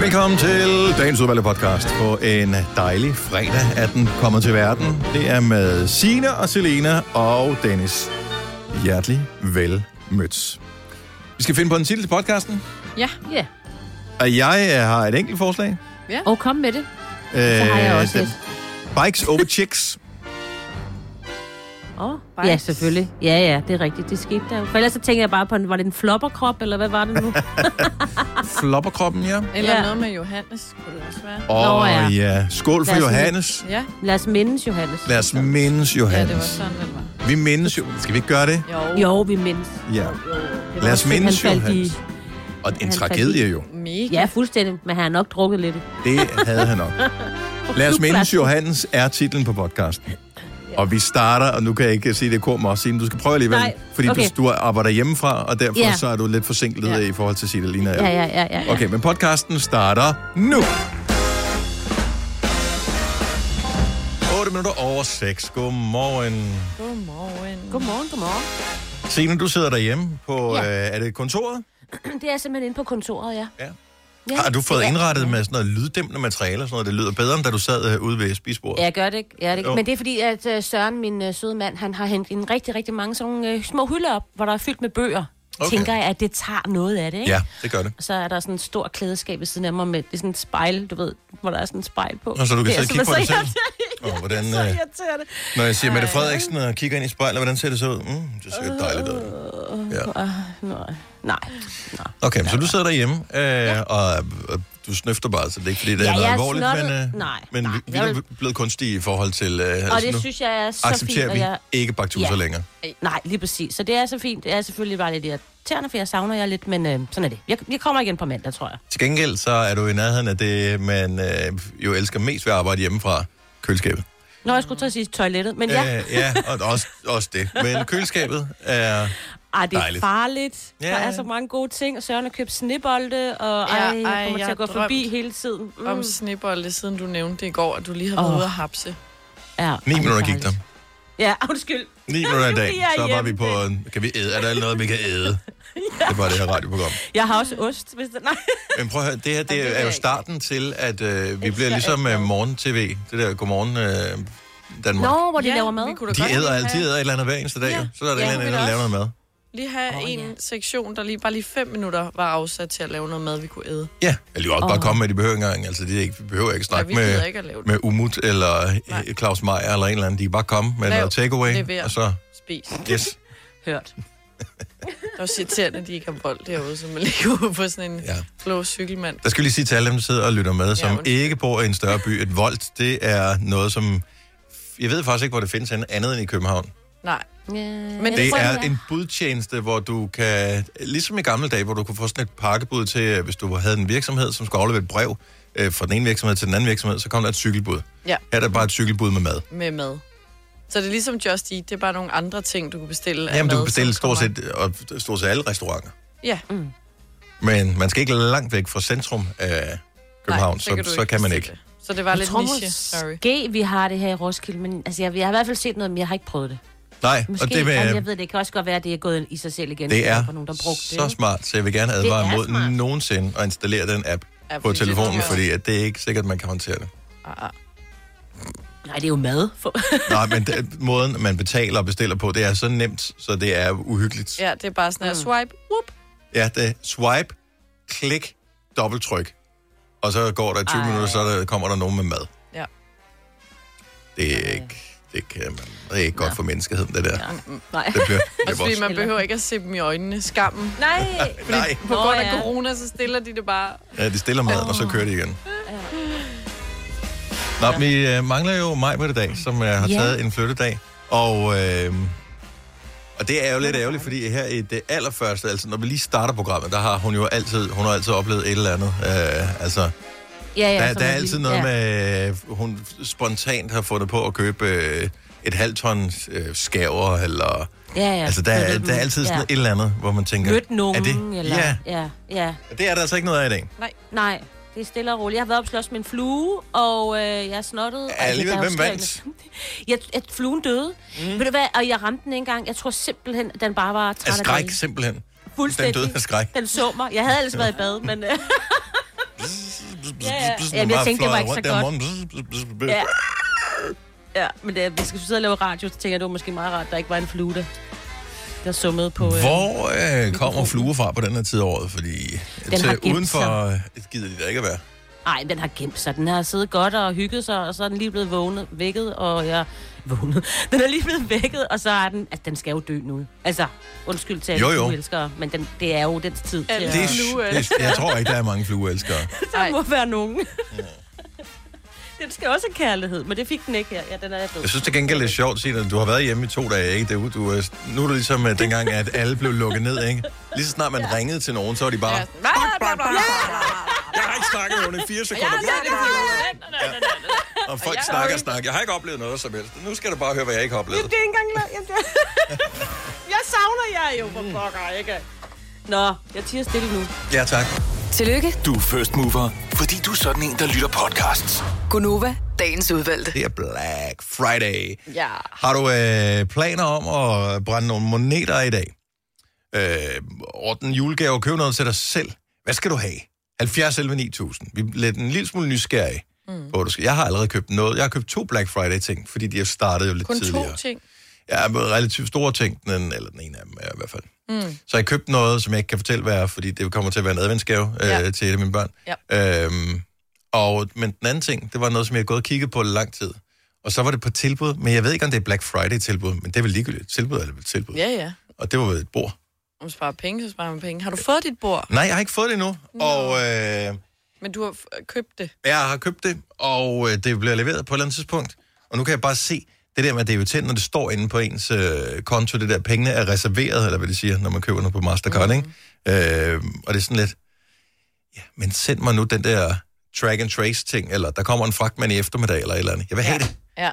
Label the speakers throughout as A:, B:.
A: Velkommen til dagens udvalgte podcast på en dejlig fredag, at den kommer til verden. Det er med Sina og Selena og Dennis. Hjertelig velmødt. Vi skal finde på en titel til podcasten,
B: Ja. ja.
A: og jeg øh, har et enkelt forslag.
B: ja. Og kom med det.
A: Øh,
B: Så har jeg også
A: den-
B: et.
A: Bikes over chicks.
B: Oh,
C: Ja, selvfølgelig. Ja, ja, det er rigtigt. Det skete der jo. For ellers så tænker jeg bare på, en- var det en flopperkrop, eller hvad var det nu?
A: Flopperkroppen, ja.
B: Eller
C: Ja.
B: noget med Johannes, kunne det også være.
A: Åh
C: Nå, ja.
A: oh, ja. Skål for
C: Lad os-
A: Johannes.
B: Ja,
C: Lad os mindes, Johannes.
A: Lad os mindes
B: ja det var
A: Johannes.
B: sådan, det var.
A: Vi mindes jo. Skal vi ikke gøre det?
B: Jo,
C: Jo, vi mindes.
A: Ja.
C: Det
A: Lad os
C: var-
A: mindes
C: han faldt i-
A: Johannes. Og en
C: han faldt
A: tragedie
C: i-
A: jo.
B: mega.
C: Ja, fuldstændig. Men han har nok drukket lidt.
A: Det havde han nok. Lad os mindes
C: klubpladsen.
A: Johannes er titlen på podcasten. Og vi starter, og nu kan jeg ikke sige det kort også, men du skal prøve alligevel,
C: Nej,
A: fordi
C: okay.
A: du, du arbejder hjemmefra, og derfor
C: Ja.
A: så er du lidt forsinket
B: Ja.
A: i forhold til Sida Lina.
C: Ja, ja, ja, ja. ja.
A: Okay, men podcasten starter nu. 8 minutter over 6. Godmorgen.
B: Godmorgen.
C: Godmorgen, godmorgen.
A: Signe, du sidder derhjemme på,
C: Ja.
A: øh, er det kontoret?
C: Det er simpelthen inde på kontoret, ja.
A: Ja.
C: ja.
A: Har du fået
C: det er-
A: indrettet med sådan noget lyddæmpende materiale, og sådan noget, det lyder bedre, end da du sad øh, ude ved spisebordet?
C: Ja, jeg gør det ikke. Jeg gør det ikke.
A: Jo.
C: Men det er fordi, at øh, Søren, min øh, søde mand, han har hentet en rigtig, rigtig mange sådan nogle øh, små hylder op, hvor der er fyldt med bøger.
A: Okay.
C: Okay. Tænker jeg, at det tager noget af det, ikke?
A: ja det gør det.
C: Og så er der sådan en stor klædeskab ved siden af mig med det er sådan et spejl, du ved, hvor der er sådan et spejl på.
A: Nå, så du kan
C: Det er
A: sidde og
C: simpelthen
A: kigge på dig
C: så
A: Og hvordan,
C: irriterende.
A: øh,
C: Så irriterende.
A: når jeg siger Mette Frederiksen og kigger ind i spejlet, hvordan ser det så ud? Mm, det ser dejligt ud. Ja.
C: ah, Nej, nej.
A: Okay, så du sidder derhjemme, øh, og, og du snøfter bare, så det er ikke, fordi det
C: Ja,
A: er noget
C: jeg er
A: alvorligt, men,
C: snottet.
A: øh,
C: Nej,
A: men
C: nej,
A: vi, vi
C: jeg
A: er
C: vil-
A: jo blevet kunstige i forhold til... Øh,
C: Og
A: altså,
C: det
A: nu
C: synes jeg er så fint,
A: accepterer
C: og
A: vi
C: jeg...
A: ikke baktuser
C: Ja.
A: længere.
C: Nej, lige præcis. Så det er så fint. Det er selvfølgelig bare lidt irriterende, for jeg savner jer lidt, men øh, sådan er det. Jeg, jeg kommer igen på mandag, tror jeg.
A: Til gengæld så er du i nærheden af det, man øh, jo elsker mest ved at arbejde hjemmefra, køleskabet.
C: Nå, jeg skulle til at sige toilettet, men ja.
A: Øh, ja og også, også det. Men køleskabet er...
C: Ej, det er
A: Dejligt.
C: dejligt. farligt.
A: Ja,
C: Ja, der
A: ja.
C: er så mange gode ting. Og Søren har købt snebolde, og ej,
B: Ja,
C: jeg kommer
B: ej,
C: til
B: jeg
C: at gå
B: har drømt
C: forbi hele tiden. Mm.
B: Om snibolde, siden du nævnte det i går, at du lige har været
C: Åh.
B: ude at hapse.
C: Ja,
A: 9
C: ej,
A: minutter
C: det er
A: gik der.
C: dejligt. Ja, undskyld.
A: 9 minutter i dag,
C: Fordi jeg er
A: så var vi
C: hjemme.
A: på... en- Kan vi æde? Er der noget, vi kan æde? Det var det her radioprogram.
C: Jeg har også ost, hvis det... Nej.
A: Men prøv at høre, det her
B: det vil
A: det er
B: jeg
A: jo
B: ikke.
A: starten til, at øh, vi
B: Ekstra,
A: bliver ligesom
B: ekstra.
A: øh, morgen-tv. Det der godmorgen øh, Danmark.
C: Nå, hvor de
B: Ja,
C: ja, laver mad.
B: vi kunne da
A: De
B: godt
A: æder
B: lige
A: altid
B: have-
A: æder et eller andet hver eneste dag.
B: Ja.
A: jo. Så er der
B: Ja,
A: et
B: det
A: eller andet,
B: vil
A: der
B: jeg
A: laver noget mad.
B: Lige have
C: Åh,
B: oh, en
C: ja.
B: sektion, der lige bare lige fem minutter var afsat til at lave noget mad, vi kunne æde.
A: Ja, eller også
C: Åh.
A: bare komme med, de behøver ikke engang. Altså, de er ikke, vi behøver ikke
B: Ja,
A: snakke
B: vi gider
A: med,
B: ikke at lave det.
A: med Umut eller øh,
B: Nej.
A: Claus Meier eller en eller anden. De kan bare komme med
B: Lav,
A: noget takeaway,
B: lever.
A: og så...
B: Spis.
A: Yes.
C: Hørt.
B: Det er også irriterende, at de ikke har bold derude, så man ligger ude på sådan en
A: Ja.
B: blå cykelmand.
A: Der skal vi lige sige til alle dem, der sidder og lytter med, som
B: undskyld.
A: ikke bor i en større by, et voldt, det er noget, som... Jeg ved faktisk ikke, hvor det findes henne, andet end i København.
B: Nej,
C: Ja,
B: Men
A: Det
B: tror,
A: er
B: det
A: en budtjeneste, hvor du kan, ligesom i gamle dage, hvor du kunne få sådan et pakkebud til, øh, hvis du havde en virksomhed, som skulle aflevere et brev øh, fra den ene virksomhed til den anden virksomhed, så kom der et cykelbud.
B: Ja.
A: Her er der bare et cykelbud med mad.
B: med mad. Så det er ligesom Just Eat, det er bare nogle andre ting, du kan bestille af
A: Jamen, du
B: mad,
A: kan bestille
B: som kommer-
A: stort set, og stort set alle restauranter.
B: Ja,
C: Mm.
A: Men man skal ikke langt væk fra centrum af København,
B: Nej,
A: så, så, kan,
B: du
A: så kan man ikke.
B: bestille det. Så det var
C: jeg
B: lidt
C: tror
B: niche, sorry.
C: måske, vi har det her i Roskilde, men altså, jeg, jeg har i hvert fald set noget, men jeg har ikke prøvet det.
A: Nej,
C: Måske,
A: og det, med,
C: Jamen, jeg ved, det kan også godt være, at det er gået i sig selv igen. fordi
A: Det
C: der
A: er
C: var nogen, der brugte
A: så
C: det.
A: smart, så jeg vil gerne advare
C: Det er
A: mod
C: smart.
A: nogensinde at installere den app
B: Ja,
A: på
B: fordi det
A: telefonen,
B: tror jeg.
A: fordi at det er ikke sikkert, man kan håndtere det.
B: Ah, ah.
C: Nej, det er jo mad. For...
A: Nej, men det, måden, man betaler og bestiller på, det er så nemt, så det er uhyggeligt. Ja,
B: Ja, det er bare sådan her, swipe, whoop.
A: ja det er swipe, klik, dobbelttryk, og så går der 20 Ej.
C: Ej.
A: minutter, så der, kommer der nogen med mad.
B: Ja.
A: Det er ikke, det kan man, det er ikke godt for menneskeheden, det der. Ja.
C: Nej.
A: Det bliver, det
B: Også
A: bliver
B: fordi
A: vores-
B: man behøver ikke at se dem i øjnene. Skammen.
C: Nej.
A: Nej,
B: På
C: Nå,
B: grund af
C: ja.
B: corona, så stiller de det bare.
A: ja, de stiller maden, og så kører de igen. Nå, men vi øh, mangler jo mig på det dag, som øh, har
C: Ja.
A: taget en flyttedag. Og, øh, og det er jo lidt ærgerligt, fordi her i det allerførste, altså når vi lige starter programmet, der har hun jo altid, hun har altid oplevet et eller andet. Øh, altså,
C: Ja, ja,
A: der,
C: som
A: der er
C: en
A: altid
C: lille-
A: noget
C: ja.
A: med, øh, hun spontant har fundet på at købe øh, et halvt ton øh, skaver, eller...
C: Ja, ja.
A: Ja, altså, der, er, der er altid sådan et eller andet, hvor man tænker...
C: Mødt
A: er
C: nogen,
A: det?
C: eller...
A: Ja,
C: ja, ja.
A: det er der altså ikke noget af i dag.
C: Nej, det er stille og roligt. Jeg har været op og slås med en flue, og øh, jeg er snottet. og-
A: alligevel,
C: der er jo
A: hvem vandt?
C: skrevet- Jeg, at fluen døde. Mm. Ved du hvad? Og jeg ramte den ikke engang. Jeg tror simpelthen, at den bare var træt
A: Af Altså, skræk,
C: dagen.
A: simpelthen. Den
C: Fuldstændig.
A: døde af skræk.
C: Den så mig. Jeg havde ellers været i bad, men... Øh, Jamen, jeg tænkte, det var ikke så godt.
A: godt.
C: Ja. Ja, men det, er- hvis vi skal sidde og lave radio, så tænker jeg, det var måske meget rart, at der ikke var en flue, der, der summede på... øh,
A: Hvor øh, kommer fluer fra på den her tid af året? Fordi den
C: har gemt
A: til udenfor øh, gider de da ikke at være.
C: Nej, den har gemt sig. Den har siddet godt og hygget sig, og så er den lige blevet vågnet, vækket, og jeg... Vågnet. Den er lige blevet vækket, og så er den... Altså, den skal jo dø nu. Altså, undskyld til
A: Jo,
C: alle
A: jo.
C: flueelskere, men den, det er jo dens tid til
B: Ja.
C: at...
A: Det
C: Det
A: er,
B: Flue,
A: det er, jeg tror ikke, der er mange flueelskere.
B: Ej,
C: må være nogen. den skal også have kærlighed, men det fik den ikke her. Ja, den er død.
A: Jeg synes til gengæld, det er sjovt, Signe, at du har været hjemme i to dage, ikke? Du, du, er- nu er det ligesom uh, dengang, at alle blev lukket ned, ikke? Lige så snart man ja. ringede til nogen, så var de bare...
B: ja.
A: Ja.
B: Bla, bla, bla, bla, bla.
A: Jeg har ikke snakket med nogen i fire
B: Jeg
A: sekunder.
B: har set det
A: Og folk
B: jeg-
A: snakker og snakker. Jeg har ikke oplevet noget som helst. Nu skal du bare høre, hvad jeg ikke har oplevet.
C: er ikke engang lavet. Jeg, jeg savner jer jo, for pokker, ikke? Nå, jeg tiger stille nu.
A: Ja, tak.
D: Tillykke,
E: Du er first mover, fordi du er sådan en, der lytter podcasts.
D: Gunova, dagens udvalgte.
A: Det er Black Friday.
B: Ja.
A: Har du øh, planer om at brænde nogle moneter af i dag? Øh, ordne en julegave og købe noget til dig selv. Hvad skal du have? 70 11 9000. Vi bliver en lille smule nysgerrige. Mm. På, hvad du skal. Jeg har allerede købt noget. Jeg har købt to Black Friday-ting, fordi de har startet jo lidt
B: Kun
A: tidligere.
B: to ting.
A: Ja, men relativt store ting, den, eller den ene af dem er i hvert fald. Mm. Så jeg købte noget, som jeg ikke kan fortælle, hvad er, fordi det kommer til at være en adventsgave ja.
B: Ja.
A: øh, til et af mine børn. Ja. Øhm, og, men den anden ting, det var noget, som jeg havde gået og kigget på lang tid. Og så var det på tilbud, men jeg ved ikke, om det er Black Friday-tilbud, men det er vel ligegyldigt. Tilbud er vel tilbud.
B: Ja, ja.
A: Og det var ved et bord.
B: Om man sparer penge, så sparer man penge. Har du fået dit bord?
A: Nej, jeg har ikke fået det endnu, og øh,
B: Men du har f- købt det.
A: jeg har købt det, og øh, det bliver leveret på et eller andet tidspunkt. Og nu kan jeg bare se, det der med, at det er jo tændt, når det står inde på ens øh, konto, det der, pengene er reserveret, eller hvad det siger, når man køber noget på Mastercard, mm.
B: Mhm.
A: ikke? Øh, og det er sådan lidt, ja, men send mig nu den der track and trace ting, eller der kommer en fragtmand i eftermiddag, eller et eller andet. Jeg vil have det.
B: Ja.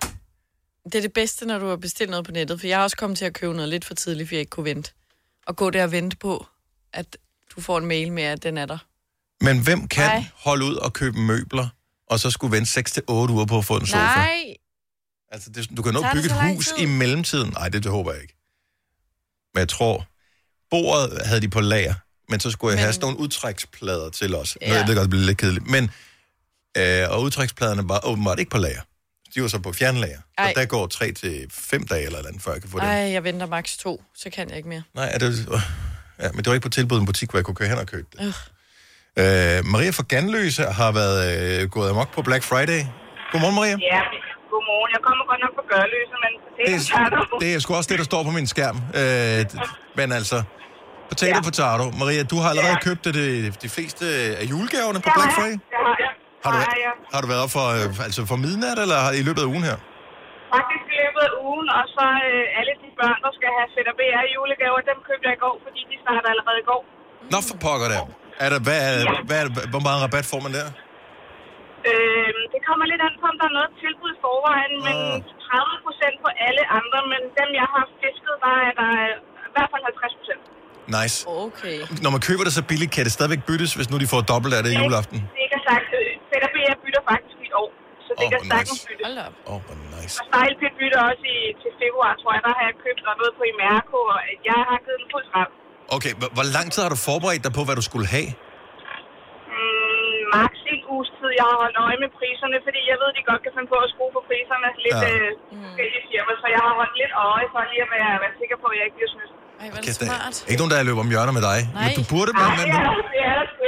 B: Det er det bedste, når du har bestilt noget på nettet, for jeg er også kommet til at købe noget lidt for tidligt, fordi jeg ikke kunne vente. Og gå der og vente på, at du får en mail med, at den er der.
A: Men hvem kan
B: Nej.
A: holde ud og købe møbler, og så skulle vente 6-8 uger på at få en sofa?
B: Nej,
A: Altså, det, du kan nå
B: Tager
A: at
B: det
A: bygge
B: så
A: et
B: lang
A: hus
B: tid?
A: i mellemtiden. Nej, det, det håber jeg ikke. Men jeg tror, bordet havde de på lager, men så skulle jeg men...
B: Men-
A: have sådan nogle udtræksplader til os. Ja.
B: Ja.
A: Jeg ved godt, det bliver lidt kedeligt. Men, øh, og udtrækspladerne var åbenbart ikke på lager. De var så på fjernlager. Ej.
B: Ej.
A: Og der går 3 til fem dage eller et eller andet, før jeg kan få dem.
B: Ej, jeg venter maks to, så kan jeg ikke mere.
A: Nej, er det, ja, men det var ikke på tilbud i en butik, hvor jeg kunne køre hen og købe det. Øh, Maria fra Ganløse har været øh, gået amok på Black Friday. Godmorgen, Maria.
F: Ja, godmorgen. Jeg kommer godt nok fra Gørløse, men det
A: Det
F: er
A: er, det er sgu også det, der står på min skærm. Øh, men altså, potato, ja. potato. Maria, du har allerede ja.
F: Ja.
A: købt det, de fleste af julegaverne på Black Friday.
F: Det har jeg.
A: Har du,
F: har jeg.
A: har du været op for, øh, altså for midnat, eller har- i løbet af ugen her?
F: Faktisk i løbet af ugen, og så øh, alle de børn, der skal have ZBR julegaver, dem købte jeg i går, fordi de starter allerede i går.
A: Nå, for pokker der. Er der hvad, er, hvad er, hvor meget rabat får man der?
F: Øh, det kommer lidt an på, om der er noget tilbud i forvejen, men
A: Ah.
F: 30 procent på alle andre, men dem jeg har fisket, der er der øh, i hvert fald 50 procent.
A: Nice.
B: Okay.
A: Når man køber det så billigt, kan det stadigvæk byttes, hvis nu de får dobbelt af det i juleaften.
F: Det er ikke sagt. øh, ZBR bytter faktisk i år, så det
A: Åh,
F: oh, kan
A: hvor
F: sagtens
A: nice.
F: bytte.
B: Hold da op.
A: Åh, oh, hvor nice.
F: Stejlpit bytter også i, til februar, tror jeg. Der har jeg købt noget på Imerco, og jeg har givet den fuld frem.
A: Okay, hvor- hvor lang tid har du forberedt dig på, hvad du skulle have?
F: Mm, max en uges tid. Jeg har holdt øje med priserne, fordi jeg ved, de godt kan finde på at skrue på priserne lidt
A: Ja.
F: ja. øh, forskellige firmaer, så jeg har holdt lidt øje for lige at være, være sikker på, at jeg ikke bliver snydt.
B: Ej, hvor er det
A: Kæft, der
B: smart.
A: er ikke nogen, der løber om hjørner med dig.
B: Nej.
A: Men du burde
F: Altså- Nej,
A: være,
F: det
A: man,
F: er der- det er der sgu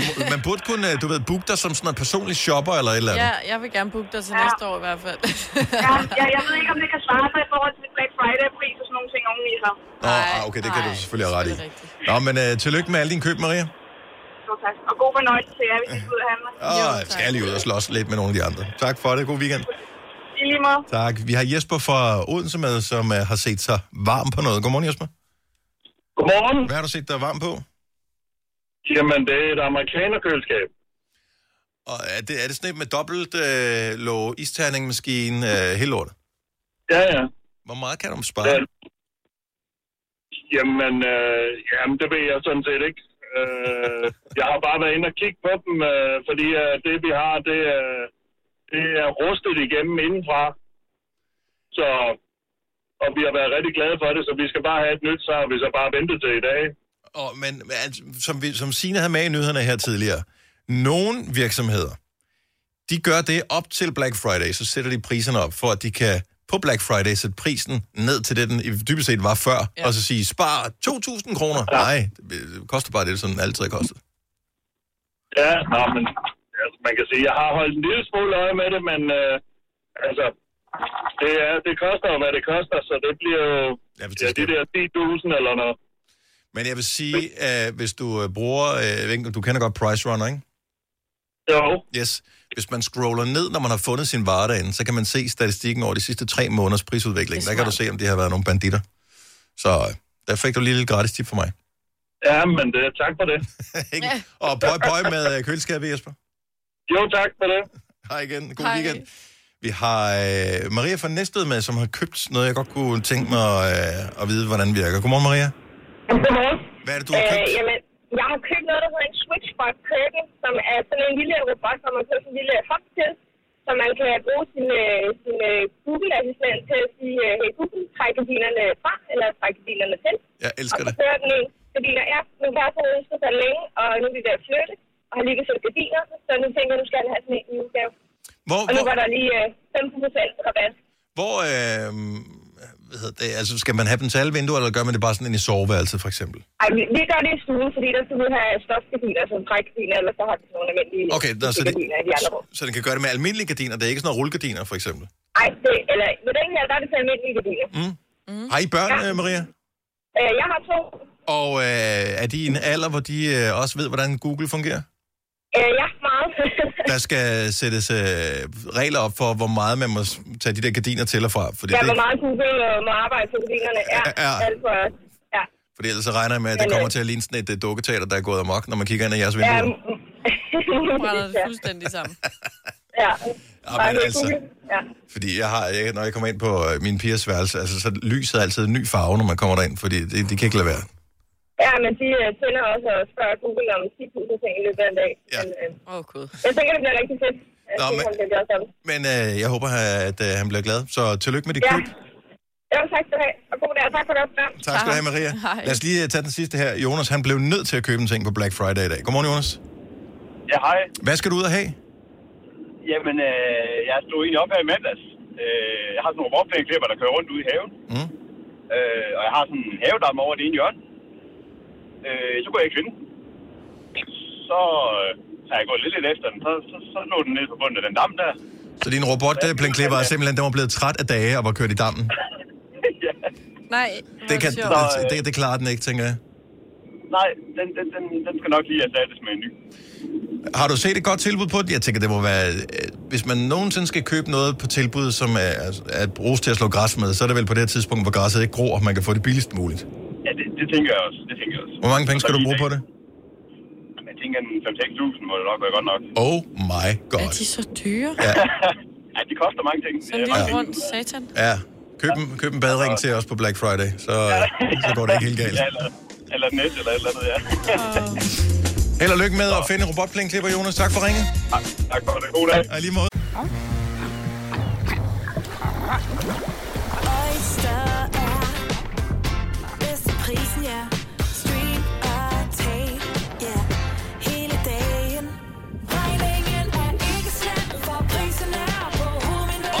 F: ikke.
A: Øh, man burde kunne, øh, du ved, booke dig som sådan en personlig shopper eller et eller andet.
B: Ja, jeg vil gerne booke dig til
F: Ja.
B: næste år i hvert fald.
F: ja, ja, jeg ved ikke, om det kan svare sig i forhold til Black Friday-pris og sådan nogle ting oveni sig.
A: Nå, ah, okay, det kan
B: nej,
A: du selvfølgelig have ret i.
B: det er rigtigt.
A: Nå, men uh, tillykke med alle dine køb, Maria.
F: Så tak. Og god fornøjelse til jer, hvis I skal ud og handle.
A: Åh,
B: Jo,
A: jeg
B: tak.
A: skal lige ud og slås lidt med nogle af de andre. Tak for det. God weekend.
F: I lige måde.
A: Tak. Vi har Jesper fra Odense med, som uh, har set sig varm på noget. Godmorgen, Jesper.
G: Godmorgen.
A: Hvad har du set dig varm på?
G: Jamen, det er et amerikanerkøleskab.
A: Og er det, er det sådan et med dobbelt uh, låg, isterningmaskine, uh, hele lortet?
G: Ja, ja.
A: Hvor meget kan du
G: ja.
A: spare?
G: Jamen, øh, jamen, det ved jeg sådan set ikke. Øh, jeg har bare været inde og kigge på dem, øh, fordi øh, det, vi har, det, øh, det er rustet igennem indenfra. Så, og vi har været rigtig glade for det, så vi skal bare have et nyt, så har vi så bare ventet til i dag.
A: Og, men altså, som, vi, som Signe havde med i nyhederne her tidligere, Nogle virksomheder, de gør det op til Black Friday, så sætter de priserne op, for at de kan på Black Friday sætte prisen ned til det, den i- dybest set var før, ja. og så sige, spar 2.000 kroner. Ja. Nej, det øh, koster bare det, som den altid har kostet.
G: Ja, nå, men altså, man kan sige, jeg har holdt en lille smule øje med det, men øh, altså, det, er, det koster jo, hvad det koster, så det bliver jo
A: Ja, hvis det
G: ja,
A: skal-
G: de der 10.000 eller noget.
A: Men jeg vil sige, at hvis du øh, bruger, øh, jeg ved ikke, du kender godt Price Runner, ikke?
G: Jo,
A: Yes. Hvis man scroller ned, når man har fundet sin vare derinde, så kan man se statistikken over de sidste tre måneders prisudvikling. Der kan du se, om det har været nogle banditter. Så øh, der fik du lige lidt gratis tip for mig.
G: ja, men det, tak for det.
A: Ikke? Og pøj pøj med øh, køleskabet, Jesper.
G: Jo, tak for det.
A: Hej igen. God
H: Hej.
A: weekend. Vi har øh, Maria fra Næstved med, som har købt noget, jeg godt kunne tænke mig øh, at vide, hvordan virker. Godmorgen, Maria.
F: Godmorgen.
A: Hvad er det, du har
F: Øh,
A: købt?
F: jamen, jeg har købt noget, der hedder en Switchbot Curtain, som er sådan en lille robot, hvor man køber sådan en lille hop til, så man kan bruge sin, øh, sin øh, Google-assistent til at sige, øh, hey Google, træk gardinerne fra, eller træk gardinerne til.
A: Jeg elsker
F: og
A: det.
F: så kører den en gardiner. Ja, nu kan jeg så ønske sig længe, og nu er de der flytte, og har lige sætte gardiner, så nu tænker jeg, nu skal jeg have sådan en i udgave.
A: Hvor,
F: Og nu var
A: hvor,
F: der lige øh, 15% rabat.
A: hvor øh, hvad hedder det, altså, skal man have dem til alle vinduer, eller gør man det bare sådan ind i soveværelset, for eksempel?
F: Ej, vi, vi gør det i stuen, fordi der skal vi have stofgardiner som trækgardiner, eller så har vi sådan nogle almindelige
A: Okay, nå, så, det,
F: gardiner i de andre rum.
A: så den kan gøre det med almindelige gardiner. Det er ikke sådan noget rullegardiner, for eksempel.
F: Ej, det, eller med den her, der er det til almindelige gardiner. Mm.
A: Mm. Har I børn,
F: Ja.
A: øh, Maria?
F: Øh, jeg har to.
A: Og øh, er de i en alder, hvor de øh, også ved, hvordan Google fungerer?
F: Øh, jeg har meget.
A: Der skal sættes øh, regler op for, hvor meget man må s- tage de der gardiner til og fra. Fordi,
F: jeg
A: det,
F: var meget google og må arbejde på gardinerne. Ja,
A: Ja.
F: ja. alt for Ja,
A: fordi ellers så regner jeg med, at det
F: Men, øh,
A: kommer til at ligne sådan et øh, dukketeater, der er gået amok, når man kigger ind i jeres
F: ja.
A: vinduer.
F: mm,
H: brænder det
F: ja,
H: fuldstændig sammen.
F: ja.
A: Ja,
F: Bare
A: men
F: helt
A: altså,
F: Google. Ja.
A: fordi jeg har, jeg, når jeg kommer ind på øh, min pigers værelse, altså, så lyset er altid en ny farve, når man kommer derind, fordi det, de kan ikke lade være.
F: ja, men de øh, tænder også og spørger Google om 10.000 ting i løbet af en dag.
A: Ja.
F: Ja. Men,
H: Åh,
F: øh,
H: oh, gud.
F: jeg tænker, det bliver rigtig fedt. Jeg
A: Nå,
F: Nå, tænker,
A: men-
F: men... det bliver sådan.
A: Men øh, jeg håber, at øh, han bliver glad. Så tillykke med dit
F: Ja.
A: køb.
F: Jo, tak skal du have. Og god dag, og tak for det også.
A: Tak skal du have, Maria.
H: Hej.
A: Lad os lige øh, tage den sidste her. Jonas, han blev nødt til at købe en ting på Black Friday i dag. Godmorgen, Jonas.
G: Ja, hej.
A: Hvad skal du ud og have?
G: Jamen, øh, jeg stod egentlig op her i mandags. Øh, jeg har sådan nogle robotplæneklipper, der kører rundt ude i haven.
A: Mm.
G: Øh, og jeg har sådan en havedam over det ene hjørne. Øh, så kunne jeg ikke finde den. Så øh, har jeg gået lidt, lidt efter den. Så, så, så lå den nede på bunden af den dam der.
A: Så din robotplænklipper er simpelthen, den var blevet træt af dage og var kørt i dammen.
G: ja.
H: Nej, hvor
A: Det,
H: er
A: kan,
H: sjovt.
A: det, det, det klarer den ikke, tænker jeg.
G: Nej, den, den, den, den skal nok lige erstattes med en ny.
A: Har du set et godt tilbud på det? Jeg tænker, det må være... øh, Hvis man nogensinde skal købe noget på tilbud, som er, er bruges til at slå græs med, så er det vel på det her tidspunkt, hvor græsset ikke gror, og man kan få det billigst muligt.
G: Ja, det, det tænker jeg også. Det tænker jeg også.
A: Hvor mange penge skal
G: Og så
A: du
G: lige
A: bruge på
G: i dag.
A: det?
G: Jeg tænker, en 5-6.000 må det nok være godt nok.
A: Oh my
H: Er
A: god.
H: de så dyre?
A: Ja,
G: Ja, det koster mange ting.
H: Sådan en
G: Det er
H: lille
G: mange
H: rund satan.
A: ja. Køb en, køb en badring til os på Black Friday, så, så går det ikke helt
G: ting.
A: galt.
G: Ja, eller, eller et net, eller et eller andet, ja.
A: Held og lykke med at finde robotplænklipper, Jonas. Tak for ringet.
G: Tak- tak for det. God dag.
A: Og i lige måde.
I: Oyster er bedst til prisen, ja. Stream og tag, ja. Hele dagen. Regningen er ikke slem, for prisen er på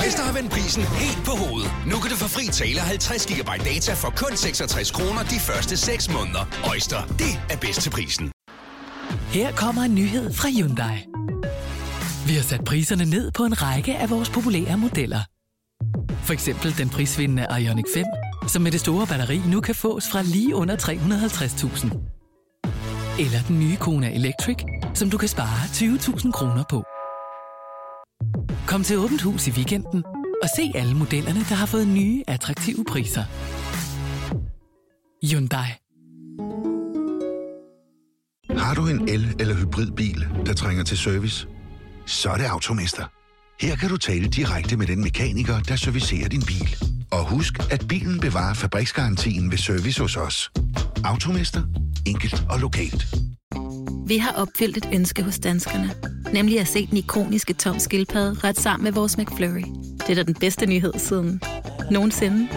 J: Øjster
I: hovedet.
J: har vendt prisen helt på hovedet. Nu kan du få fri tale 50 GB data for kun 66 kroner de første 6 måneder. Øjster, det er bedst til prisen.
K: Her kommer en nyhed fra Hyundai. Vi har sat priserne ned på en række af vores populære modeller. For eksempel den prisvindende Ioniq 5, som med det store batteri nu kan fås fra lige under 350.000. Eller den nye Kona Electric, som du kan spare 20.000 kroner på. Kom til Åbent Hus i weekenden og se alle modellerne, der har fået nye, attraktive priser. Hyundai.
L: Har du en el- eller hybridbil, der trænger til service? Så er det Automester. Her kan du tale direkte med den mekaniker, der servicerer din bil. Og husk, at bilen bevarer fabriksgarantien ved service hos os. Automester. Enkelt og lokalt.
I: Vi har opfyldt et ønske hos danskerne. Nemlig at se den ikoniske tom skildpadde ret sammen med vores McFlurry. Det er da den bedste nyhed siden nogensinde.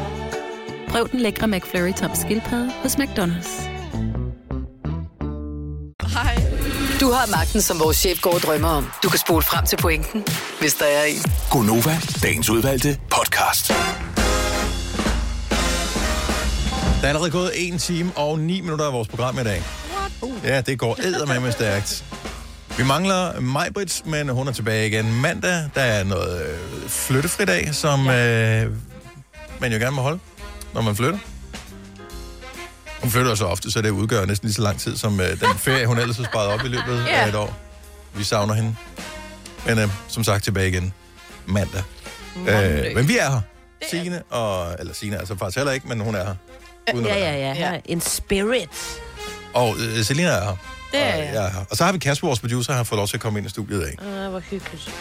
I: Prøv den lækre McFlurry tom skildpadde hos McDonald's.
H: Hej.
D: Du har magten, som vores chef går og drømmer om. Du kan spole frem til pointen, hvis der er en.
E: Gonova, dagens udvalgte podcast.
A: Der er allerede gået 1 time og 9 minutter af vores program i dag. What? Ja, det går eddermame stærkt. Vi mangler Majbrits, men hun er tilbage igen mandag. Der er noget øh, flyttefridag, som ja. øh, man jo gerne må holde, når man flytter. Hun flytter så ofte, så det udgør næsten lige så lang tid som øh, den ferie, hun ellers har sparet op i løbet
M: Ja.
A: af et år. Vi savner hende. Men øh, som sagt, tilbage igen mandag. Øh, men vi er her. Signe og... Eller Signe er så faktisk heller ikke, men hun er her. Uden at
C: Ja,
A: være
C: ja, ja. ja. En spirit.
A: og øh, Selina er her.
C: Det er
A: og,
C: jeg.
A: er her. Og så har vi Kasper, vores producer, har fået lov til at komme ind i studiet af.
C: Ah, hvor hyggeligt.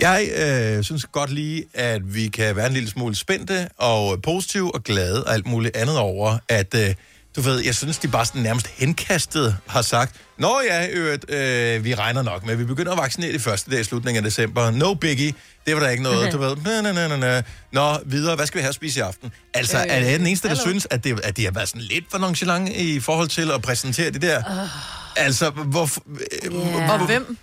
A: Jeg øh, synes godt lige, at vi kan være en lille smule spændte og positive og glade og alt muligt andet over, at øh, du ved, jeg synes, de bare sådan nærmest henkastet har sagt, Nå ja, øvrigt, øh, vi regner nok med, vi begynder at vaccinere de første dage i slutningen af december. No biggie, det var der ikke noget, du ved. Næ, næ, næ, næ, næ. Nå, videre, hvad skal vi have at spise i aften? Altså,
N: Øh,
A: er jeg den eneste, der
N: hallo?
A: synes, at, det, at de har været sådan lidt for nonchalant i forhold til at præsentere det der? Altså, hvor... Øh,
B: Yeah. Og hvem?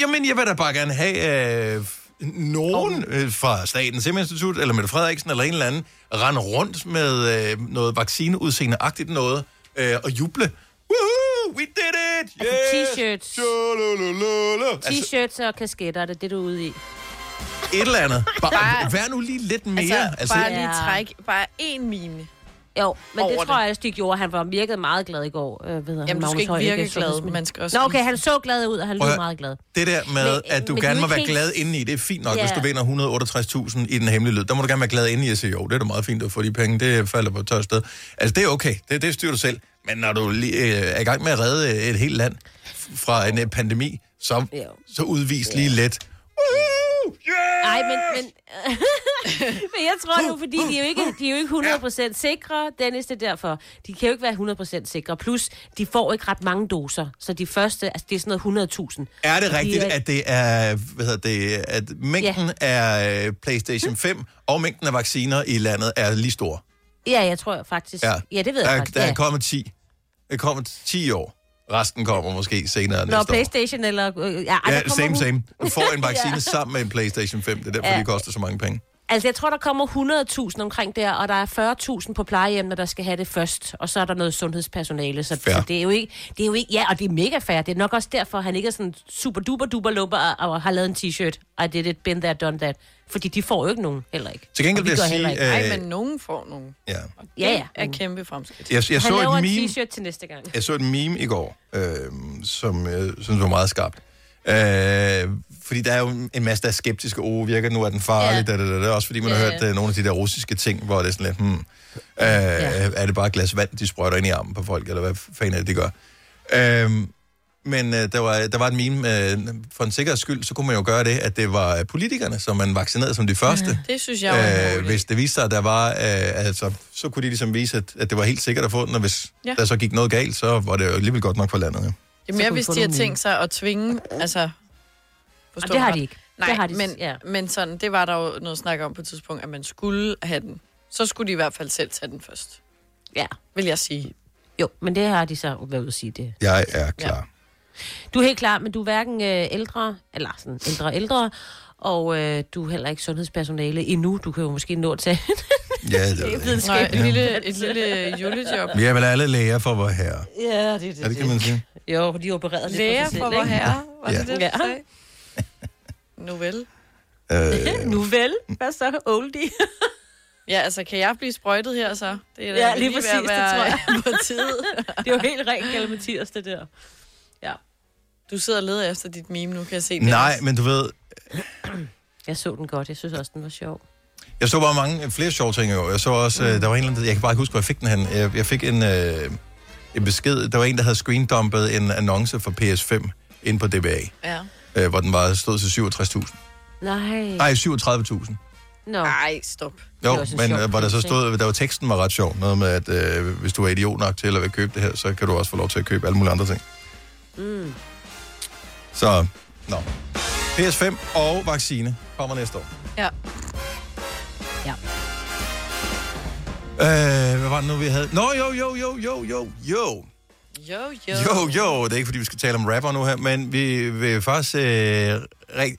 A: Jamen, jeg vil da bare gerne have øh, nogen øh, fra Statens Serum Institut, eller Mette Frederiksen, eller en eller anden, rende rundt med øh, noget vaccineudseende-agtigt noget, øh, og juble. Woohoo, we did it!
C: Altså t-shirts.
A: Altså-
C: T-shirts og kasketter, det er det, du er ude i.
A: Et eller andet. Bare,
C: Bare-
A: vær nu lige lidt mere.
C: altså, bare lige træk
B: bare én mine.
C: Jo, men
B: Over
C: det tror
B: det.
C: jeg også, de gjorde. Han var virkede meget glad i går. Øh, ved
B: Jamen, du skal ikke virke glad, man skal også
C: Nå, okay,
B: vise
C: han så glad ud, og han
A: Prøv
C: lød
A: at-
C: meget glad.
A: Det der med, men, at du
C: men
A: gerne
C: det er
A: må
C: ikke
A: være
C: helt-
A: glad indeni, det er fint nok.
C: Ja.
A: Hvis du vinder 168.000 i den hemmelige lyd, der må du gerne være glad indeni. Jeg siger, jo, det er da meget fint at få de penge. Det falder på et tørt sted. Altså, det er okay. Det, det styrer du selv. Men når du lige, øh, er i gang med at redde øh, et helt land f- fra en øh, pandemi, så, så udvis lige lidt.
C: Nej, men, men, men jeg tror nu, fordi de er, jo ikke, de er jo ikke 100% sikre, Dennis, det er derfor. De kan jo ikke være 100% sikre. Plus, de får ikke ret mange doser, så de første, altså det er sådan noget 100.000.
A: Er det
C: De
A: rigtigt,
C: er-
A: at det er, hvad hedder det, at mængden af øh,
C: Hm.
A: PlayStation 5 og mængden af vacciner i landet er lige stor?
C: Ja, jeg tror faktisk. Ja, ja det ved
A: der,
C: jeg faktisk.
A: Der er
C: ja.
A: kommet 10. Der er kommet 10 år. Resten kommer måske senere
C: Nå,
A: næste år.
C: Playstation eller... Øh, ja, ej, der
A: Ja,
C: kommer
A: same,
C: hun-
A: same. Du får en vaccine
C: Ja.
A: ja. sammen med en PlayStation 5. Det er derfor,
C: Ja.
A: ja. det koster så mange penge.
C: Altså, jeg tror, der kommer 100.000 omkring der, og der er 40.000 på plejehjemmene, der skal have det først. Og så er der noget sundhedspersonale, så,
A: Fair.
C: så det, er jo ikke, det er jo ikke... Ja, og det er mega fair. Det er nok også derfor, han ikke er sådan super duper duper lumper og, og har lavet en t-shirt. I did it, been there, done that. Fordi de får jo ikke nogen, heller ikke.
A: Til gengæld
C: Og vi
A: vil jeg
C: gør heller
A: sige,
C: ikke.
A: øh,
B: Nej, men nogen får nogen.
A: Ja.
C: Ja, ja.
B: Det er kæmpe fremskridt.
A: Jeg- jeg Han så et laver en meme-
C: t-shirt til næste gang.
A: Jeg så et meme i går, øh, som jeg synes var meget skarpt. Øh, fordi der er jo en masse, der er skeptiske. Oh, virker den nu, er den farlig? Ja. Da, da, da, da. Også fordi man har
N: Ja,
A: hørt
N: ja.
A: øh, nogle af de der russiske ting, hvor det er sådan lidt, hmm, øh, ja. er det bare et glas vand, de sprøjter ind i armen på folk, eller hvad fanden er det, de gør? Øh, men øh, der, var, der var et meme, øh, for en sikkerheds skyld, så kunne man jo gøre det, at det var øh, politikerne, som man vaccinerede som de
C: Mm,
A: første.
B: Det synes jeg var en god
A: øh, Hvis det viste sig, at der var, øh, altså, så kunne de ligesom vise, at, at det var helt sikkert at få den, og hvis
B: Ja.
A: ja. der så gik noget galt, så var det jo alligevel godt nok for landet. Ja.
B: Jamen,
A: Så
B: jeg
A: kunne vi
B: vidste,
A: få
B: de har
A: nogle nye.
B: tænkt sig at tvinge, altså... forstå
C: det har
B: mig
C: de
B: ret.
C: ikke. Det
B: Nej,
C: har de-
B: men, ja. men sådan, det var der jo noget snak om på et tidspunkt, at man skulle have den. Så skulle de i hvert fald selv tage den først.
C: Ja.
B: Vil jeg sige.
C: Jo, men det har de så været ude at sige det.
A: Jeg er klar.
C: Du er helt klar, men du er hverken øh, ældre, eller sådan ældre ældre, og øh, du er heller ikke sundhedspersonale endnu. Du kan jo måske nå at tage
A: Ja, ja det ved jeg.
B: Nej, et
A: Ja.
B: lille, et lille julejob.
A: Vi er vel alle læger for vor herre.
C: Ja, det er det.
A: Ja, det kan man sige.
C: Jo, de opererede lidt
B: Læger
C: på sig
B: for
C: selv,
B: vor
C: ikke?
B: herre, var det
C: Ja.
B: det,
C: Ja.
B: du sagde? Nu vel.
A: Øh,
C: nu vel? Hvad så, oldie?
B: ja, altså, kan jeg blive sprøjtet her så? Det da
C: Ja, lige
B: ved at
C: præcis, det
B: være
C: tror jeg.
B: På tide.
C: det er jo helt rent Kalle Mathias, det der. Ja.
B: Du sidder og leder efter dit meme nu, kan jeg se det.
A: Nej, men du ved,
C: Jeg så den godt. Jeg synes også, den var sjov.
A: jeg så bare mange flere sjove ting i år. Jeg så også, mm. der var en eller anden, jeg kan bare ikke huske, hvor jeg fik den hen. Jeg, jeg fik en, øh, en besked, der var en, der havde screendumpet en annonce for PS5 ind på DBA,
B: Ja.
A: øh, hvor den var stod til 67.000.
C: Nej.
B: Mm.
A: Nej, 37.000.
C: No.
B: Nej, stop.
A: Jo, men øh, hvor der så stod, der var teksten var ret sjov, noget med, at øh, hvis du er idiot nok til at vil købe det her, så kan du også få lov til at købe alle mulige andre ting.
C: Mm.
A: Så, nå. PS5 og vaccine kommer næste år.
B: Ja.
C: Ja.
A: Øh, hvad var det nu, vi havde? Nå, jo, jo, jo, jo, jo, jo.
B: Jo, jo.
A: Jo, jo, det er ikke, fordi vi skal tale om rapper nu her, men vi vil faktisk... Øh, rigt...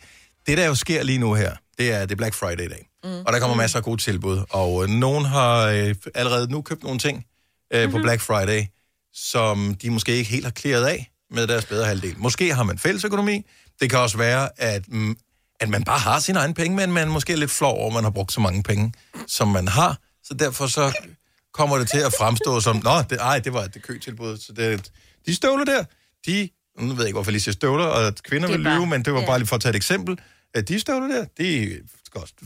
A: Det, der jo sker lige nu her, det er, det er Black Friday i dag. Mm. Og der kommer masser af gode tilbud, og øh, nogen har øh, allerede nu købt nogle ting øh, mm-hmm. på Black Friday, som de måske ikke helt har klaret af med deres bedre halvdel. Måske har man fælles økonomi. Det kan også være, at, mm, at man bare har sine egne penge, men man er måske er lidt flov over, at man har brugt så mange penge, som man har. Så derfor så kommer det til at fremstå som, nå, det, ej, det var et køtilbud, så det, de støvler der, de, nu ved jeg ikke, hvorfor jeg lige siger støvler, og at kvinder
M: Det er
A: vil
M: bare-
A: lyve, men det var
M: ja.
A: bare lige for at tage et eksempel, at de støvler der, de koster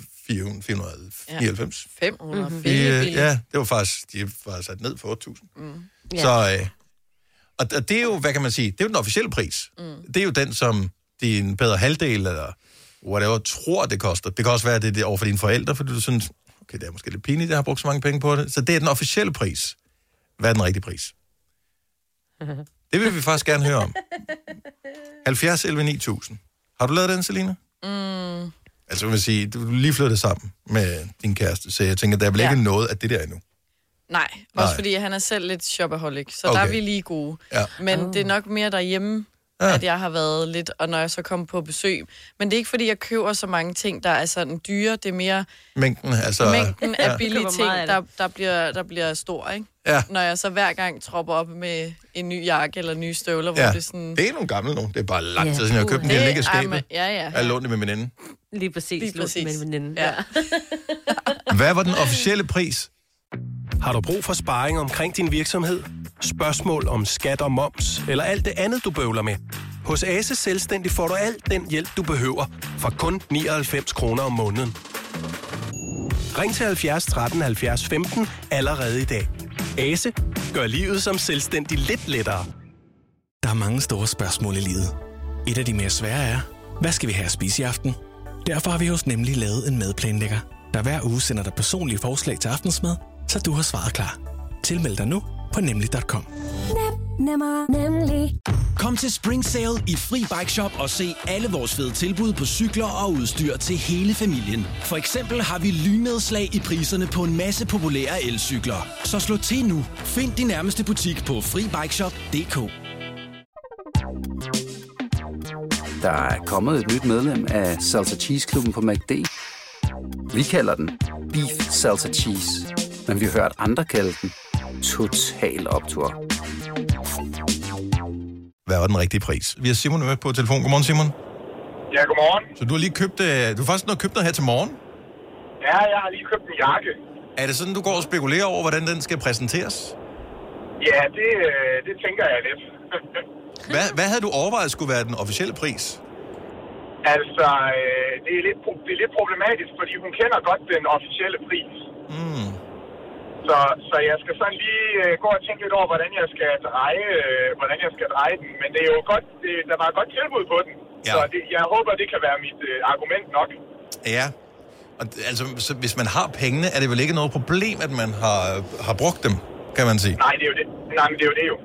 A: 499.
B: 500.
C: Mhm.
A: De, øh, ja, det var faktisk, de var sat ned for 8.000.
B: Mm.
A: Ja. Så, øh, og, og det er jo, hvad kan man sige, det er jo den officielle pris. Mm. Det er jo den, som din bedre halvdel, eller whatever, tror, det koster. Det kan også være, at det er det over for dine forældre, fordi du synes, okay, det er måske lidt pinligt, at jeg har brugt så mange penge på det. Så det er den officielle pris. Hvad er den rigtige pris? Det vil vi faktisk gerne høre om. 70 11 9000. Har du lavet den, Selina?
B: Mm.
A: Altså, jeg vil sige, du er lige flyttet sammen med din kæreste, så jeg tænker, der er vel
B: Ja.
A: ikke noget af det der endnu.
B: Nej, også
A: Nej.
B: Nej. fordi han er selv lidt shopaholic, så
A: Okay.
B: okay. der er vi lige gode.
A: Ja.
B: Men
C: Ah.
B: oh. det er nok mere derhjemme,
A: ja.
B: at jeg har været lidt, og når jeg så kom på besøg. Men det er ikke, fordi jeg køber så mange ting, der er sådan dyre. Det er mere
A: Mængden, altså...
B: så, mængden af billige
C: Køber
B: ting,
C: meget af det.
B: der, der, bliver, der bliver stor, ikke?
A: Ja.
B: Når jeg så hver gang tropper op med en ny jakke eller nye støvler, hvor
A: Ja,
B: det er sådan...
A: det er nogle gamle nogle. Det er bare lang
B: Ja,
A: tid siden, jeg har købt dem. De har
B: Det-
A: ligget i
B: ej,
A: skabet.
B: men- ja, ja.
A: Jeg lånte dem med min ende.
C: Lige præcis. Lige præcis. Med en veninde. Ja.
A: Hvad var den officielle pris?
N: Har du brug for sparring omkring din virksomhed? Spørgsmål om skat og moms, eller alt det andet, du bøvler med? Hos Ase Selvstændig får du alt den hjælp, du behøver, for kun 99 kroner om måneden. Ring til 70 13 70 15 allerede i dag. Ase gør livet som selvstændig lidt lettere.
O: Der er mange store spørgsmål i livet. Et af de mere svære er, hvad skal vi have at spise i aften? Derfor har vi hos Nemlig lavet en madplanlægger, der hver uge sender dig personlige forslag til aftensmad, så du har svaret klar. Tilmeld dig nu på nemlig.com.
P: Nemmer, nemlig.
J: Kom til Spring Sale i Fri Bike Shop og se alle vores fede tilbud på cykler og udstyr til hele familien. For eksempel har vi lynedslag i priserne på en masse populære elcykler. Så slå til nu. Find din nærmeste butik på FriBikeShop.dk
Q: Der er kommet et nyt medlem af Salsa Cheese Klubben på MACD. Vi kalder den Beef Salsa Cheese, men vi har hørt andre kalde den Total Optor.
A: Hvad var den rigtige pris? Vi har Simon med på telefon. Godmorgen, Simon.
G: Ja, godmorgen.
A: Så du har lige købt, øh, du har faktisk noget købt noget her til morgen.
G: Ja, jeg har lige købt en jakke.
A: Er det sådan, du går og spekulerer over, hvordan den skal præsenteres?
G: Ja, det, øh, det tænker jeg lidt.
A: Hvad, hvad havde du overvejet skulle være den officielle pris?
G: Altså, øh, det, er lidt, pro- det er lidt problematisk, fordi hun kender godt den officielle pris.
A: Mm.
G: Så, så jeg skal sådan lige øh, gå og tænke lidt over, hvordan jeg skal dreje, øh, hvordan jeg skal dreje den. Men det er jo godt, det, der var et godt tilbud på den. Ja. Så det, jeg håber, det kan være mit øh, argument nok.
A: Ja. Og, d- altså, så hvis man har pengene, er det vel ikke noget problem, at man har, har brugt dem, kan man sige.
G: Nej, det er jo det. Nej, men det er jo det jo.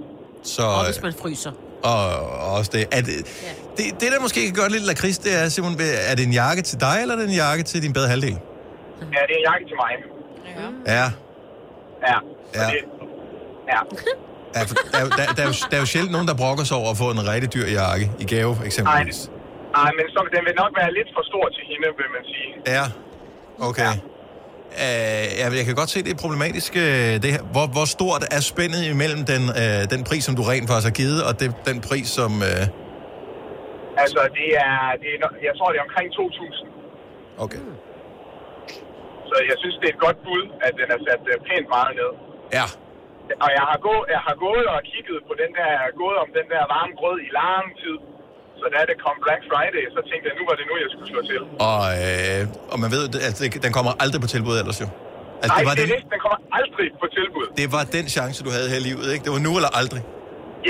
A: Så, øh, og hvis
C: man fryser.
A: Og, og også det. Er det, ja. det. Det, der måske kan gøre lidt lakrids, det er, Simon, er det en jakke til dig, eller er det en jakke til din bedre halvdel?
G: Ja, det er en jakke til mig.
A: Ja.
G: Ja.
A: Ja.
G: Ja.
A: Ja, for der, er jo- der, der, er jo, der er jo sjældent nogen, der brokker sig over at få en rigtig dyr jakke i gave, eksempelvis.
G: Nej, men så, den vil nok være lidt for stor til hende, vil man sige.
A: Ja, okay. Ja. Øh, jeg, jeg kan godt se, det er problematisk, øh, det her. Hvor, hvor stort er spændet imellem den, øh, den pris, som du rent faktisk har givet, og det, den pris, som... Øh,
G: Altså, det er, det er, no- jeg tror, det er omkring 2.000.
A: Okay.
G: Så jeg synes, det er et godt bud, at den er sat øh, pænt meget ned.
A: Ja.
G: Og jeg har, gå, jeg har gået og kigget på den der, gået om den der varme grød i lang tid. Så da det kom Black Friday, så tænkte jeg, nu var det nu, jeg skulle slå til.
A: og, øh, og man ved, at det, den kommer aldrig på tilbud ellers jo.
G: Altså, Nej,
A: det var
G: det
A: den,
G: er det. Den kommer aldrig på tilbud.
A: det var den chance, du havde her i livet, ikke? Det var nu eller aldrig.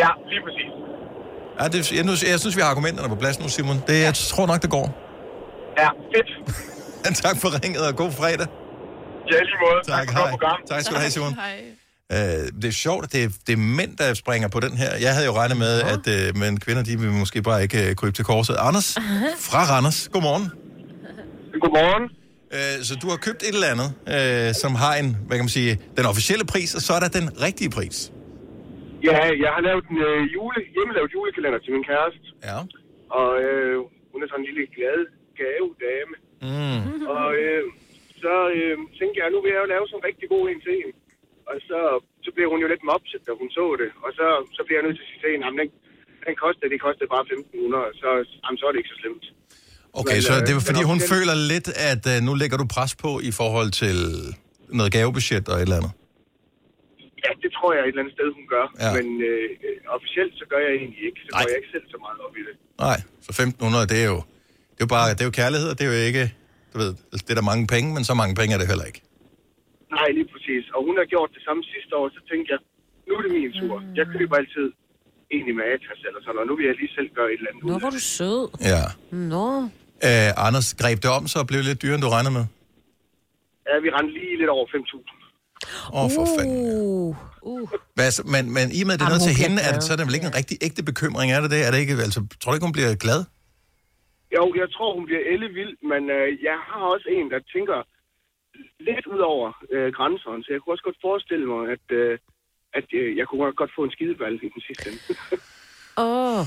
G: Ja, lige præcis.
A: Ja, det, jeg, nu, jeg synes, vi har argumenterne på plads nu, Simon. Det, jeg tror nok, det går.
G: Ja, fedt.
A: tak for ringet, og god fredag.
G: Ja, i lige måde.
A: Tak, tak hej. Program. Tak skal du have, Simon.
B: Hej.
A: Øh, det er sjovt, at det, er- det er mænd, der springer på den her. Jeg havde jo regnet med, at øh, men kvinder, de vil måske bare ikke øh, krybe til korset. Anders fra Randers, godmorgen.
G: Godmorgen.
A: Øh, så du har købt et eller andet, øh, som har en, hvad kan man sige, den officielle pris, og så er der den rigtige pris.
M: Ja, jeg har lavet en øh, jule, hjemmelavet julekalender til min kæreste.
A: Ja.
M: Og øh, hun er sådan en lille glad gavedame.
A: Mm.
M: Og øh, så øh, tænkte jeg, nu vil jeg jo lave sådan en rigtig god en til hende. Og så, så blev hun jo lidt mopset, da hun så det. Og så, så bliver jeg nødt til at sige til hende, jamen, den, den kostede, det kostede bare 1.500, så, jamen, så er det ikke så slemt.
A: Okay,
M: Men,
A: så
M: øh,
A: det var fordi,
M: men
A: hun
M: også den-
A: føler lidt, at øh, nu lægger du pres på i forhold til noget gavebudget og et eller andet.
M: Ja, det tror jeg et eller andet sted, hun gør.
A: Ja.
M: Ja. Men øh, øh, officielt, så gør jeg egentlig ikke. Så går jeg ikke selv så meget op i det.
A: Nej, så 1.500, det er jo, det er jo bare det er jo kærlighed, og det er jo ikke, du ved, det er der mange penge, men så mange penge er det heller ikke.
M: Nej, lige præcis. Og hun har gjort det samme sidste år, så tænkte jeg, nu er det min tur.
A: Mm.
M: Jeg køber altid en i Matas eller sådan noget. Nu vil jeg lige selv gøre et eller andet.
C: Nå, hvor er du sød.
A: Ja.
C: Nå.
A: Øh, Anders, greb det om, så blev det lidt dyrere, end du regnede med?
M: Ja, vi rendte lige lidt over 5.000.
A: Åh, oh, for uh. fanden.
C: Uh. Uh.
A: Hvad, så- men, men i og med, at det
M: Jamen,
A: er noget
M: hun
A: til
M: bliver
A: hende, er det,
M: glad.
A: så er det vel ikke en rigtig ægte bekymring, er det det? Er det ikke, altså, tror du ikke, hun bliver glad?
M: Jo, jeg tror, hun bliver ellevild, men øh, jeg har også en, der tænker lidt ud over øh, grænserne, så jeg kunne også godt forestille mig, at, øh, at øh, jeg kunne godt få en skideball i den sidste ende.
C: Åh. Oh.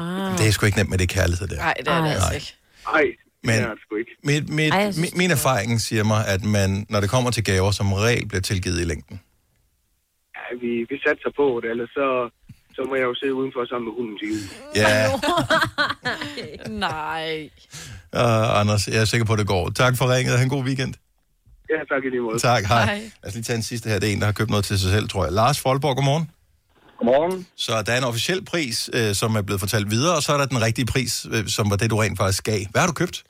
C: Ah.
A: Det er sgu ikke nemt med det kærlighed der.
B: Nej, det er det altså ikke.
M: Nej,
A: men
M: det er det sgu ikke.
A: Mit, mit,
B: Ej,
A: Ej,
B: jeg synes,
A: synes, min erfaring siger mig, at man, når det kommer til gaver, som regel bliver tilgivet i længden.
M: Ja, vi, vi satser på det, ellers så, så må jeg jo sidde udenfor sammen med hunden til jul.
A: Ja,
B: Nej.
A: uh, Anders, jeg er sikker på, at det går. Tak for ringet. Ha' en god weekend.
M: Ja, tak i lige måde.
A: Tak, hej.
M: Hej.
A: hej. Lad os lige tage en sidste her. Det er en, der har købt noget til sig selv, tror jeg. Lars Folborg, godmorgen.
M: Godmorgen.
A: Så der er en officiel pris, øh, som er blevet fortalt videre, og så er der den rigtige pris, øh, som var det, du rent faktisk gav. Hvad har du købt?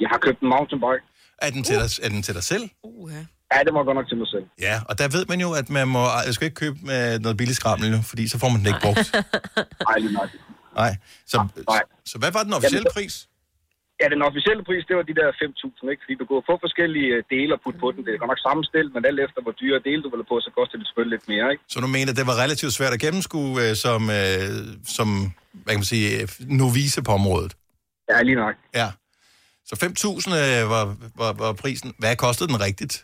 R: Jeg har købt en mountainbike.
A: Er den til, dig, er den til dig selv?
R: Ja, det var godt nok til mig selv.
A: Ja, og der ved man jo, at man må, ej, jeg skal ikke købe med noget billigt skrammel nu, fordi så får man den ikke brugt.
R: Ej, lige nok.
A: Nej. Så,
R: Nej.
A: så hvad var den officielle pris?
R: Ja, den officielle pris, det var de der 5.000, ikke? Fordi du kunne få forskellige øh, dele og putte på den. Det er godt nok sammenstillet, men alt efter, hvor dyre dele du vil på, så koster det selvfølgelig lidt mere, ikke?
A: Så du mener, det var relativt svært at gennemskue øh, som, øh, som hvad kan man sige, øh, novice på området?
R: Ja, lige nok.
A: Ja. Så 5.000 øh, var, var, var prisen. Hvad kostede den rigtigt?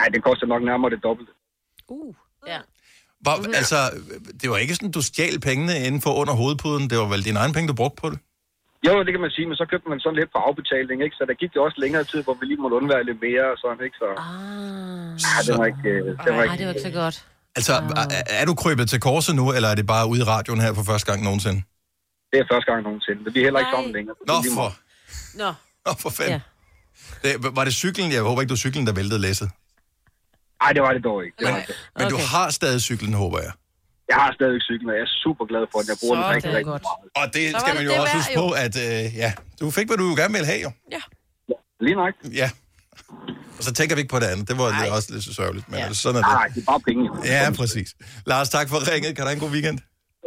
R: Ja, det koster nok nærmere det dobbelte.
B: Uh.
C: Ja.
A: Var, altså, det var ikke sådan, du stjal pengene inden for under hovedpuden. Det var vel dine egne penge, du brugte på det?
R: Jo, det kan man sige, men så købte man sådan lidt på afbetaling, ikke? Så der gik det også længere tid, hvor vi lige måtte undvære lidt mere og sådan, ikke? Så... Ah. Ja, det var ikke... øh, Det var
C: Ej,
R: ikke,
C: det var ikke så godt.
A: Altså, er, er du krybet til korset nu, eller er det bare ude i radioen her for første gang nogensinde?
R: det er første gang nogensinde. Vi er heller ikke sammen længere.
A: Nå, for,
C: Nå.
A: nå, for fanden. Ja. Det, var det cyklen? Jeg håber ikke, det var cyklen, der væltede læsset.
R: Nej, det var det dog ikke. Det
A: Men,
R: var det.
A: men du har stadig cyklen, håber jeg.
R: Jeg har stadigvæk cyklen, og jeg er super glad for den. Jeg bruger den rigtig, rigtig meget.
A: Og det
R: Så var
A: skal
R: det
A: man jo
R: det
A: også
R: værd,
A: huske
R: jo.
A: på, at øh, ja, du fik, hvad du gerne ville have, jo.
B: Ja.
R: Lige nok.
A: Ja. Og så tænker vi ikke på det andet. Det var Ej. også lidt sørgeligt, men ja. sådan er det.
R: Nej, det er bare penge. jo.
A: Ja, præcis. Lars, tak for ringet. Kan du have en god weekend?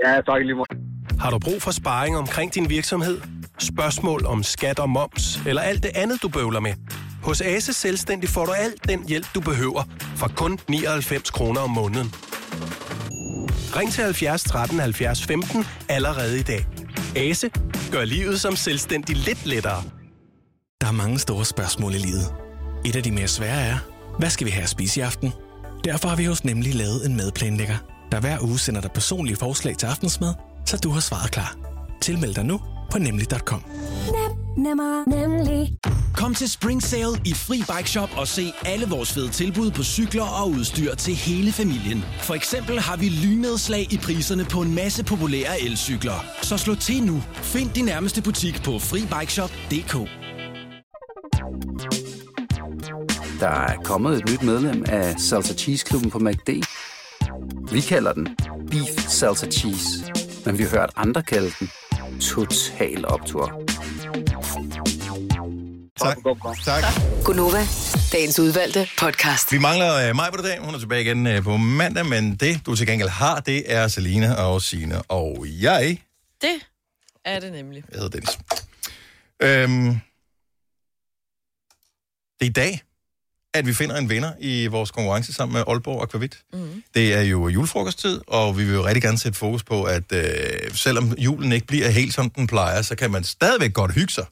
R: Ja, tak lige meget.
N: Har du brug for sparring omkring din virksomhed? Spørgsmål om skat og moms, eller alt det andet, du bøvler med? Hos Ase Selvstændig får du alt den hjælp, du behøver, for kun 99 kroner om måneden. Ring til 70 13 70 15 allerede i dag. Ase gør livet som selvstændig lidt lettere.
O: Der er mange store spørgsmål i livet. Et af de mere svære er, hvad skal vi have at spise i aften? Derfor har vi hos Nemlig lavet en madplanlægger, der hver uge sender dig personlige forslag til aftensmad, så du har svaret klar. Tilmeld dig nu på nemlig.com.
P: Nem, nemmer, nemlig.
J: Kom til Spring Sale i Fri Bike Shop og se alle vores fede tilbud på cykler og udstyr til hele familien. For eksempel har vi lynedslag i priserne på en masse populære elcykler. Så slå til nu. Find din nærmeste butik på FriBikeShop.dk.
Q: Der er kommet et nyt medlem af Salsa Cheese Klubben på MACD. Vi kalder den Beef Salsa Cheese, men vi har hørt andre kalde den Total Optor.
A: Tak. tak.
D: Gunova, dagens udvalgte podcast.
A: Vi mangler øh, mig på dag. Hun er tilbage igen øh, på mandag, men det, du til gengæld har, det er Selina og Sine og jeg.
B: Det er det nemlig.
A: Jeg hedder Dennis. Øhm, det er i dag, at vi finder en vinder i vores konkurrence sammen med Aalborg Aquavit.
B: Mm.
A: Det er jo julefrokosttid, og vi vil jo rigtig gerne sætte fokus på, at øh, selvom julen ikke bliver helt som den plejer, så kan man stadigvæk godt hygge sig.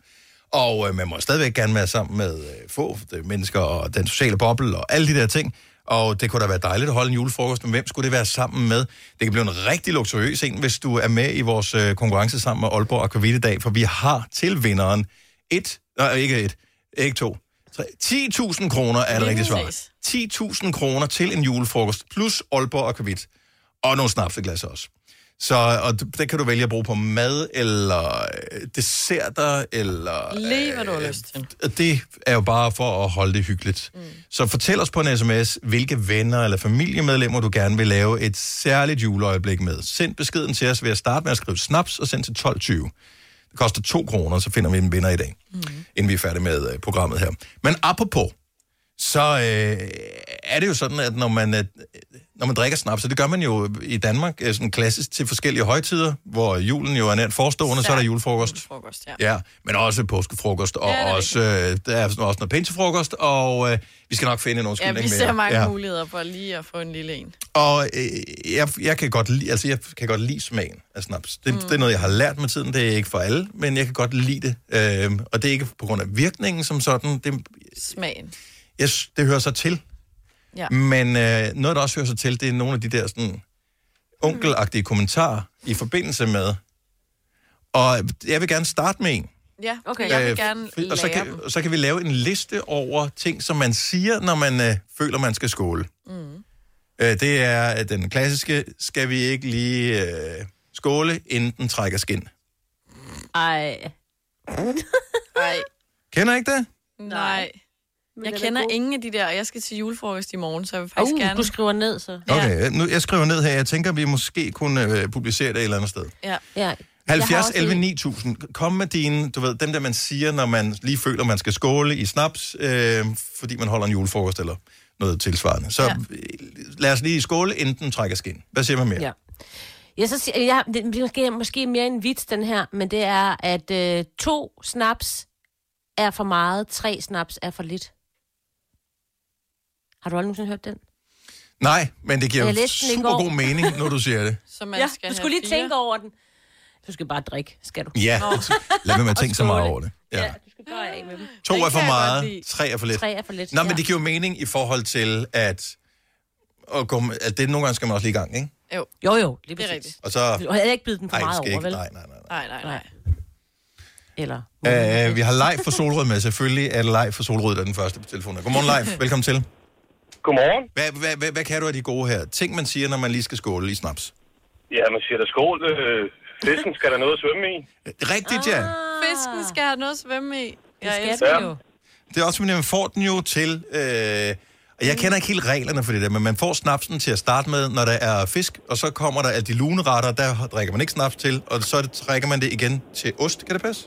A: Og øh, man må stadigvæk gerne være sammen med øh, få øh, mennesker og den sociale boble og alle de der ting. Og det kunne da være dejligt at holde en julefrokost, men hvem skulle det være sammen med? Det kan blive en rigtig luksuriøs en, hvis du er med i vores øh, konkurrence sammen med Aalborg Aquavit i dag, for vi har til vinderen et, nej, ikke et, ikke to, tre, 10.000 kroner er det
S: Lige
A: rigtige svar.
S: præcis.
A: 10.000 kroner til en julefrokost, plus Aalborg Aquavit, og nogle snapseglas også. Så og d- det kan du vælge at bruge på mad, eller øh, desserter, eller...
B: Lige hvad du har
A: Øh,
B: lyst til.
A: Det er jo bare for at holde det hyggeligt. Mm. Så fortæl os på en sms, hvilke venner eller familiemedlemmer du gerne vil lave et særligt juleøjeblik med. Send beskeden til os ved at starte med at skrive snaps og send til 12.20. Det koster 2 kroner, så finder vi en vinder i dag, mm.
S: Mm-hmm.
A: inden vi er færdige med øh, programmet her. Men apropos, så øh, er det jo sådan, at når man, øh, når man drikker snaps, og det gør man jo i Danmark øh, sådan klassisk til forskellige højtider, hvor julen jo er nært forestående, så er der julefrokost.
B: Frokost, ja.
A: Ja, men også påskefrokost, og
B: Ja, det
A: ja,
B: er
A: også, øh, der er sådan også noget pinsefrokost, og øh, vi skal nok finde en
B: Ja,
A: undskyldning
B: vi
A: mere.
B: ser mange ja. muligheder for lige at få en lille en.
A: Og øh, jeg, jeg, kan godt lide, altså, jeg kan godt lide smagen af snaps. Det, mm. det er noget, jeg har lært med tiden. Det er ikke for alle, men jeg kan godt lide det. Øh, og det er ikke på grund af virkningen som sådan. Det,
B: Smagen.
A: jeg, s- det hører sig til.
B: Ja.
A: Men øh, noget, der også hører sig til, det er nogle af de der sådan, onkelagtige kommentarer i forbindelse med. Og jeg vil gerne starte med en.
B: Ja, okay. Jeg vil gerne
A: Øh, f- og så
B: lære
A: kan, og så kan vi lave en liste over ting, som man siger, når man øh, føler, man skal skåle.
B: Mm.
A: Øh, det er øh, den klassiske, skal vi ikke lige øh, skåle, inden den trækker skin.
C: Ej.
B: Ej.
A: Kender I ikke det?
B: Nej. Jeg
C: den er
B: kender
C: god.
B: ingen af de der, og jeg skal til julefrokost i morgen, så jeg vil faktisk
C: Uh,
B: gerne...
C: du skriver ned, så.
A: Okay, øh, nu, jeg skriver ned her. Jeg tænker, vi måske kunne øh, publicere det et eller andet sted.
B: Ja.
C: ja.
A: 70, 11, 9000. Kom med dine, du ved, dem der man siger, når man lige føler, man skal skåle i snaps, øh, fordi man holder en julefrokost eller noget tilsvarende. Så ja. lad os lige skåle, inden den trækker skin. Hvad siger man mere?
C: Ja. Ja, så siger, jeg, det er måske, måske mere en vits, den her, men det er, at øh, to snaps er for meget, tre snaps er for lidt. Har du aldrig nogensinde hørt den?
A: Nej, men det giver
C: Jeg
A: jo
C: læste den i
A: super
C: går.
A: god mening, når du siger det.
B: Så
C: man ja, skal du skulle lige tænke over den. Du skal bare drikke, skal du?
A: Ja, lad være med at tænke så meget over det. Ja.
C: Du skal bare af med dem.
A: To
C: Den
A: er for
C: kan jeg godt
A: meget,
C: lide.
A: tre er for lidt.
C: Tre er for lidt,
A: Nå,
C: ja.
A: men det giver jo mening i forhold til, at, at, gå med, at det nogle gange skal man også lige i gang, ikke?
B: Jo.
C: Jo, jo, lige
B: det er
C: præcis.
B: rigtigt.
A: Og så...
C: Du har heller ikke bidt den for
A: Ej, det
C: meget
A: skal
C: over,
A: ikke.
C: vel?
A: Nej, nej, nej.
B: Nej, nej, nej.
C: Eller...
A: Øh, vi har Leif fra Solrød med. Selvfølgelig er det Leif fra Solrød, der er den første på telefonen. Godmorgen, Leif. Velkommen til.
H: Godmorgen.
A: Hvad, hvad, hvad, hvad kan du af de gode her? Ting, man siger, når man lige skal skåle i snaps.
H: Ja, man siger da skål. Øh, fisken skal der noget at svømme i.
A: Rigtigt,
C: Ah.
A: ja.
B: Fisken skal have noget at svømme i. Jeg
H: skal
B: elsker
H: den
B: jo.
A: Det er også, fordi man får den jo til... Øh, og jeg kender ikke helt reglerne for det der, men man får snapsen til at starte med, når der er fisk, og så kommer der alle de luneretter, der drikker man ikke snaps til, og så trækker man det igen til ost. Kan det passe?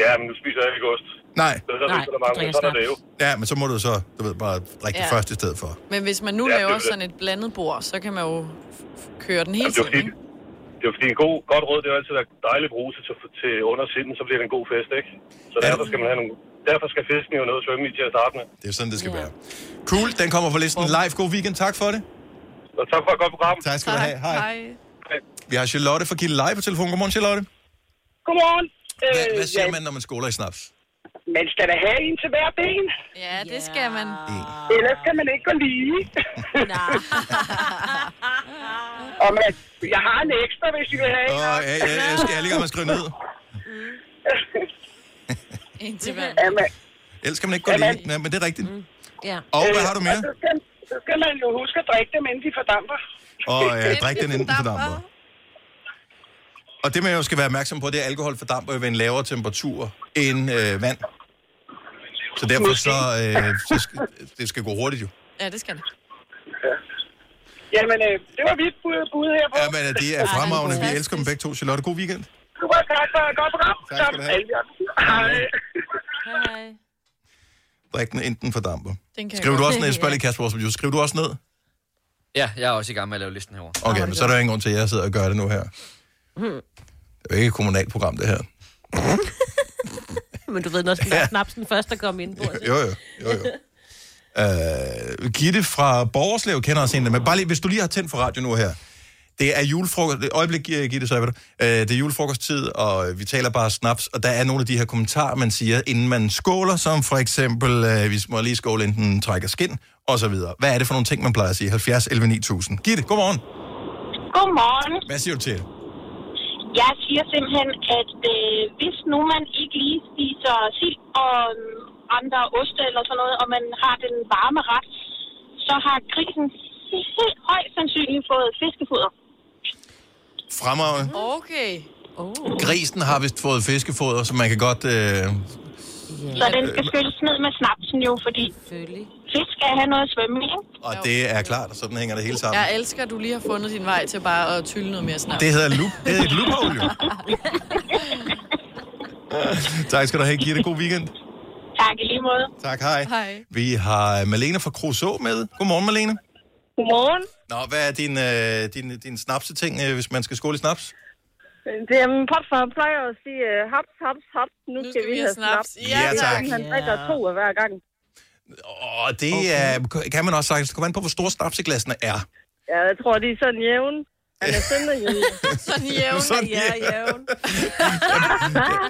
H: Ja, men nu spiser jeg ikke ost.
A: Nej.
H: Så der
A: Nej,
H: er der mange, men sådan er det jo.
A: Ja, men så må du så, du ved, bare drikke
B: Ja.
A: ja. det første i stedet for.
B: Men hvis man nu
H: Ja,
B: ja,
H: det er
B: laver
H: det.
B: sådan et blandet bord, så kan man jo f- f- køre den hele
H: Jamen, det, er
B: tiden,
H: fordi,
B: ikke?
H: det er fordi en god, godt råd, det er jo altid at dejligt bruse til, til undersinden, så bliver det en god fest, ikke? Så derfor skal man have nogle... Derfor skal fisken jo noget at svømme i til at starte med.
A: Det er sådan, det skal ja. være. Cool, den kommer fra listen. Live, god weekend. Tak for det.
H: Og tak for et godt program.
A: Tak skal du have. Hej.
B: Hej.
A: Vi har Charlotte fra Gilleleje på telefonen. Godmorgen, Charlotte.
T: Godmorgen.
A: Hvad,
T: Øh,
A: hvad siger
T: ja,
A: man, når man skoler i snaps?
T: Man skal da have en til hver ben.
B: Ja, det skal man.
T: Ellers kan man ikke gå lige. og man, jeg har en ekstra, hvis I vil have en.
A: Åh, ja, ja, jeg skal lige man skrive ned.
B: En til hver.
A: Ellers kan man ikke gå lige. Nej, men Mm. det er rigtigt.
C: Ja.
A: Og hvad har du mere?
T: Og så, skal, så skal man jo huske at drikke dem, inden de fordamper.
A: Og ja, drik den inden fordamper. Og det, man jo skal være opmærksom på, det er, at alkohol fordamper jo ved en lavere temperatur end øh, vand. Så derfor så, øh, så skal, det skal gå hurtigt jo.
B: Ja, det skal det.
T: Jamen, øh, det var mit bud, bud her på.
A: Jamen, øh, det er fremragende. Vi elsker dem begge to. Charlotte, god weekend.
T: Super, tak for et godt program.
A: Tak skal du
T: Som
A: have.
T: alle de andre. Hej.
B: Hej.
A: Drik den inden fordamper.
B: Den kan jeg
A: Skriver du
B: godt
A: også
B: lide,
A: ned? Spørg lige Kasper, som du skriver du også ned?
U: Ja, jeg er også i gang med at lave listen herovre.
A: Okay, men så er der jo ingen grund til, at jeg sidder og gør det nu her.
B: Hmm,
A: Det er jo ikke et kommunalt program, det her.
C: Men du ved, når skal snapsen først, der kommer ind på.
A: Jo, jo. jo, jo. Øh, Uh, Gitte fra Borgerslev kender også en af dem. Men Bare lige, hvis du lige har tændt for radio nu her. Det er julefrokost. et Øjeblik, Gi- Gitte, så er det. Øh, det er julefrokosttid, og vi taler bare snaps, og der er nogle af de her kommentarer, man siger, inden man skåler, som for eksempel, øh, vi må lige skåle, inden den trækker skin, og så videre. Hvad er det for nogle ting, man plejer at sige? 70 11 9000. Gitte, godmorgen.
F: Godmorgen.
A: Hvad siger du til det?
F: Jeg siger simpelthen, at øh, hvis nu man ikke lige spiser sild og øh, andre oste eller sådan noget, og man har den varme ret, så har grisen helt højst sandsynligt fået fiskefoder.
A: Fremragende.
B: Okay.
A: Grisen har vist fået fiskefoder, så man kan godt... Øh,
F: Så den skal skylles ned med snapsen jo, fordi fisk skal have noget at svømme i. ikke?
A: og det er klart, og sådan hænger det hele sammen.
B: Jeg elsker, at du lige har fundet din vej til bare at tylle noget mere snart.
A: Det hedder, loop, det hedder et loophole, jo. tak skal du have. Giv det god weekend.
F: Tak i lige måde.
A: Tak, hej.
F: Hej.
A: Vi har Malene fra Kruså med. Godmorgen, Malene.
S: Godmorgen.
A: Nå, hvad er din, øh, din, din snapseting, øh, hvis man skal skåle i snaps?
S: Det er min popfar plejer at sige, øh, haps, haps, haps, nu, nu skal, vi have snaps.
A: Ja,
S: Det er
A: tak.
S: sådan, Han drikker to af hver gang.
A: Og det okay. er, kan man også sagtens. Det kommer an på, hvor store snapseglassene er.
S: Ja, jeg tror, de er sådan jævn. Han er sønderjyde. sådan
A: jævn, Sådan ja, jævn.
S: jævn.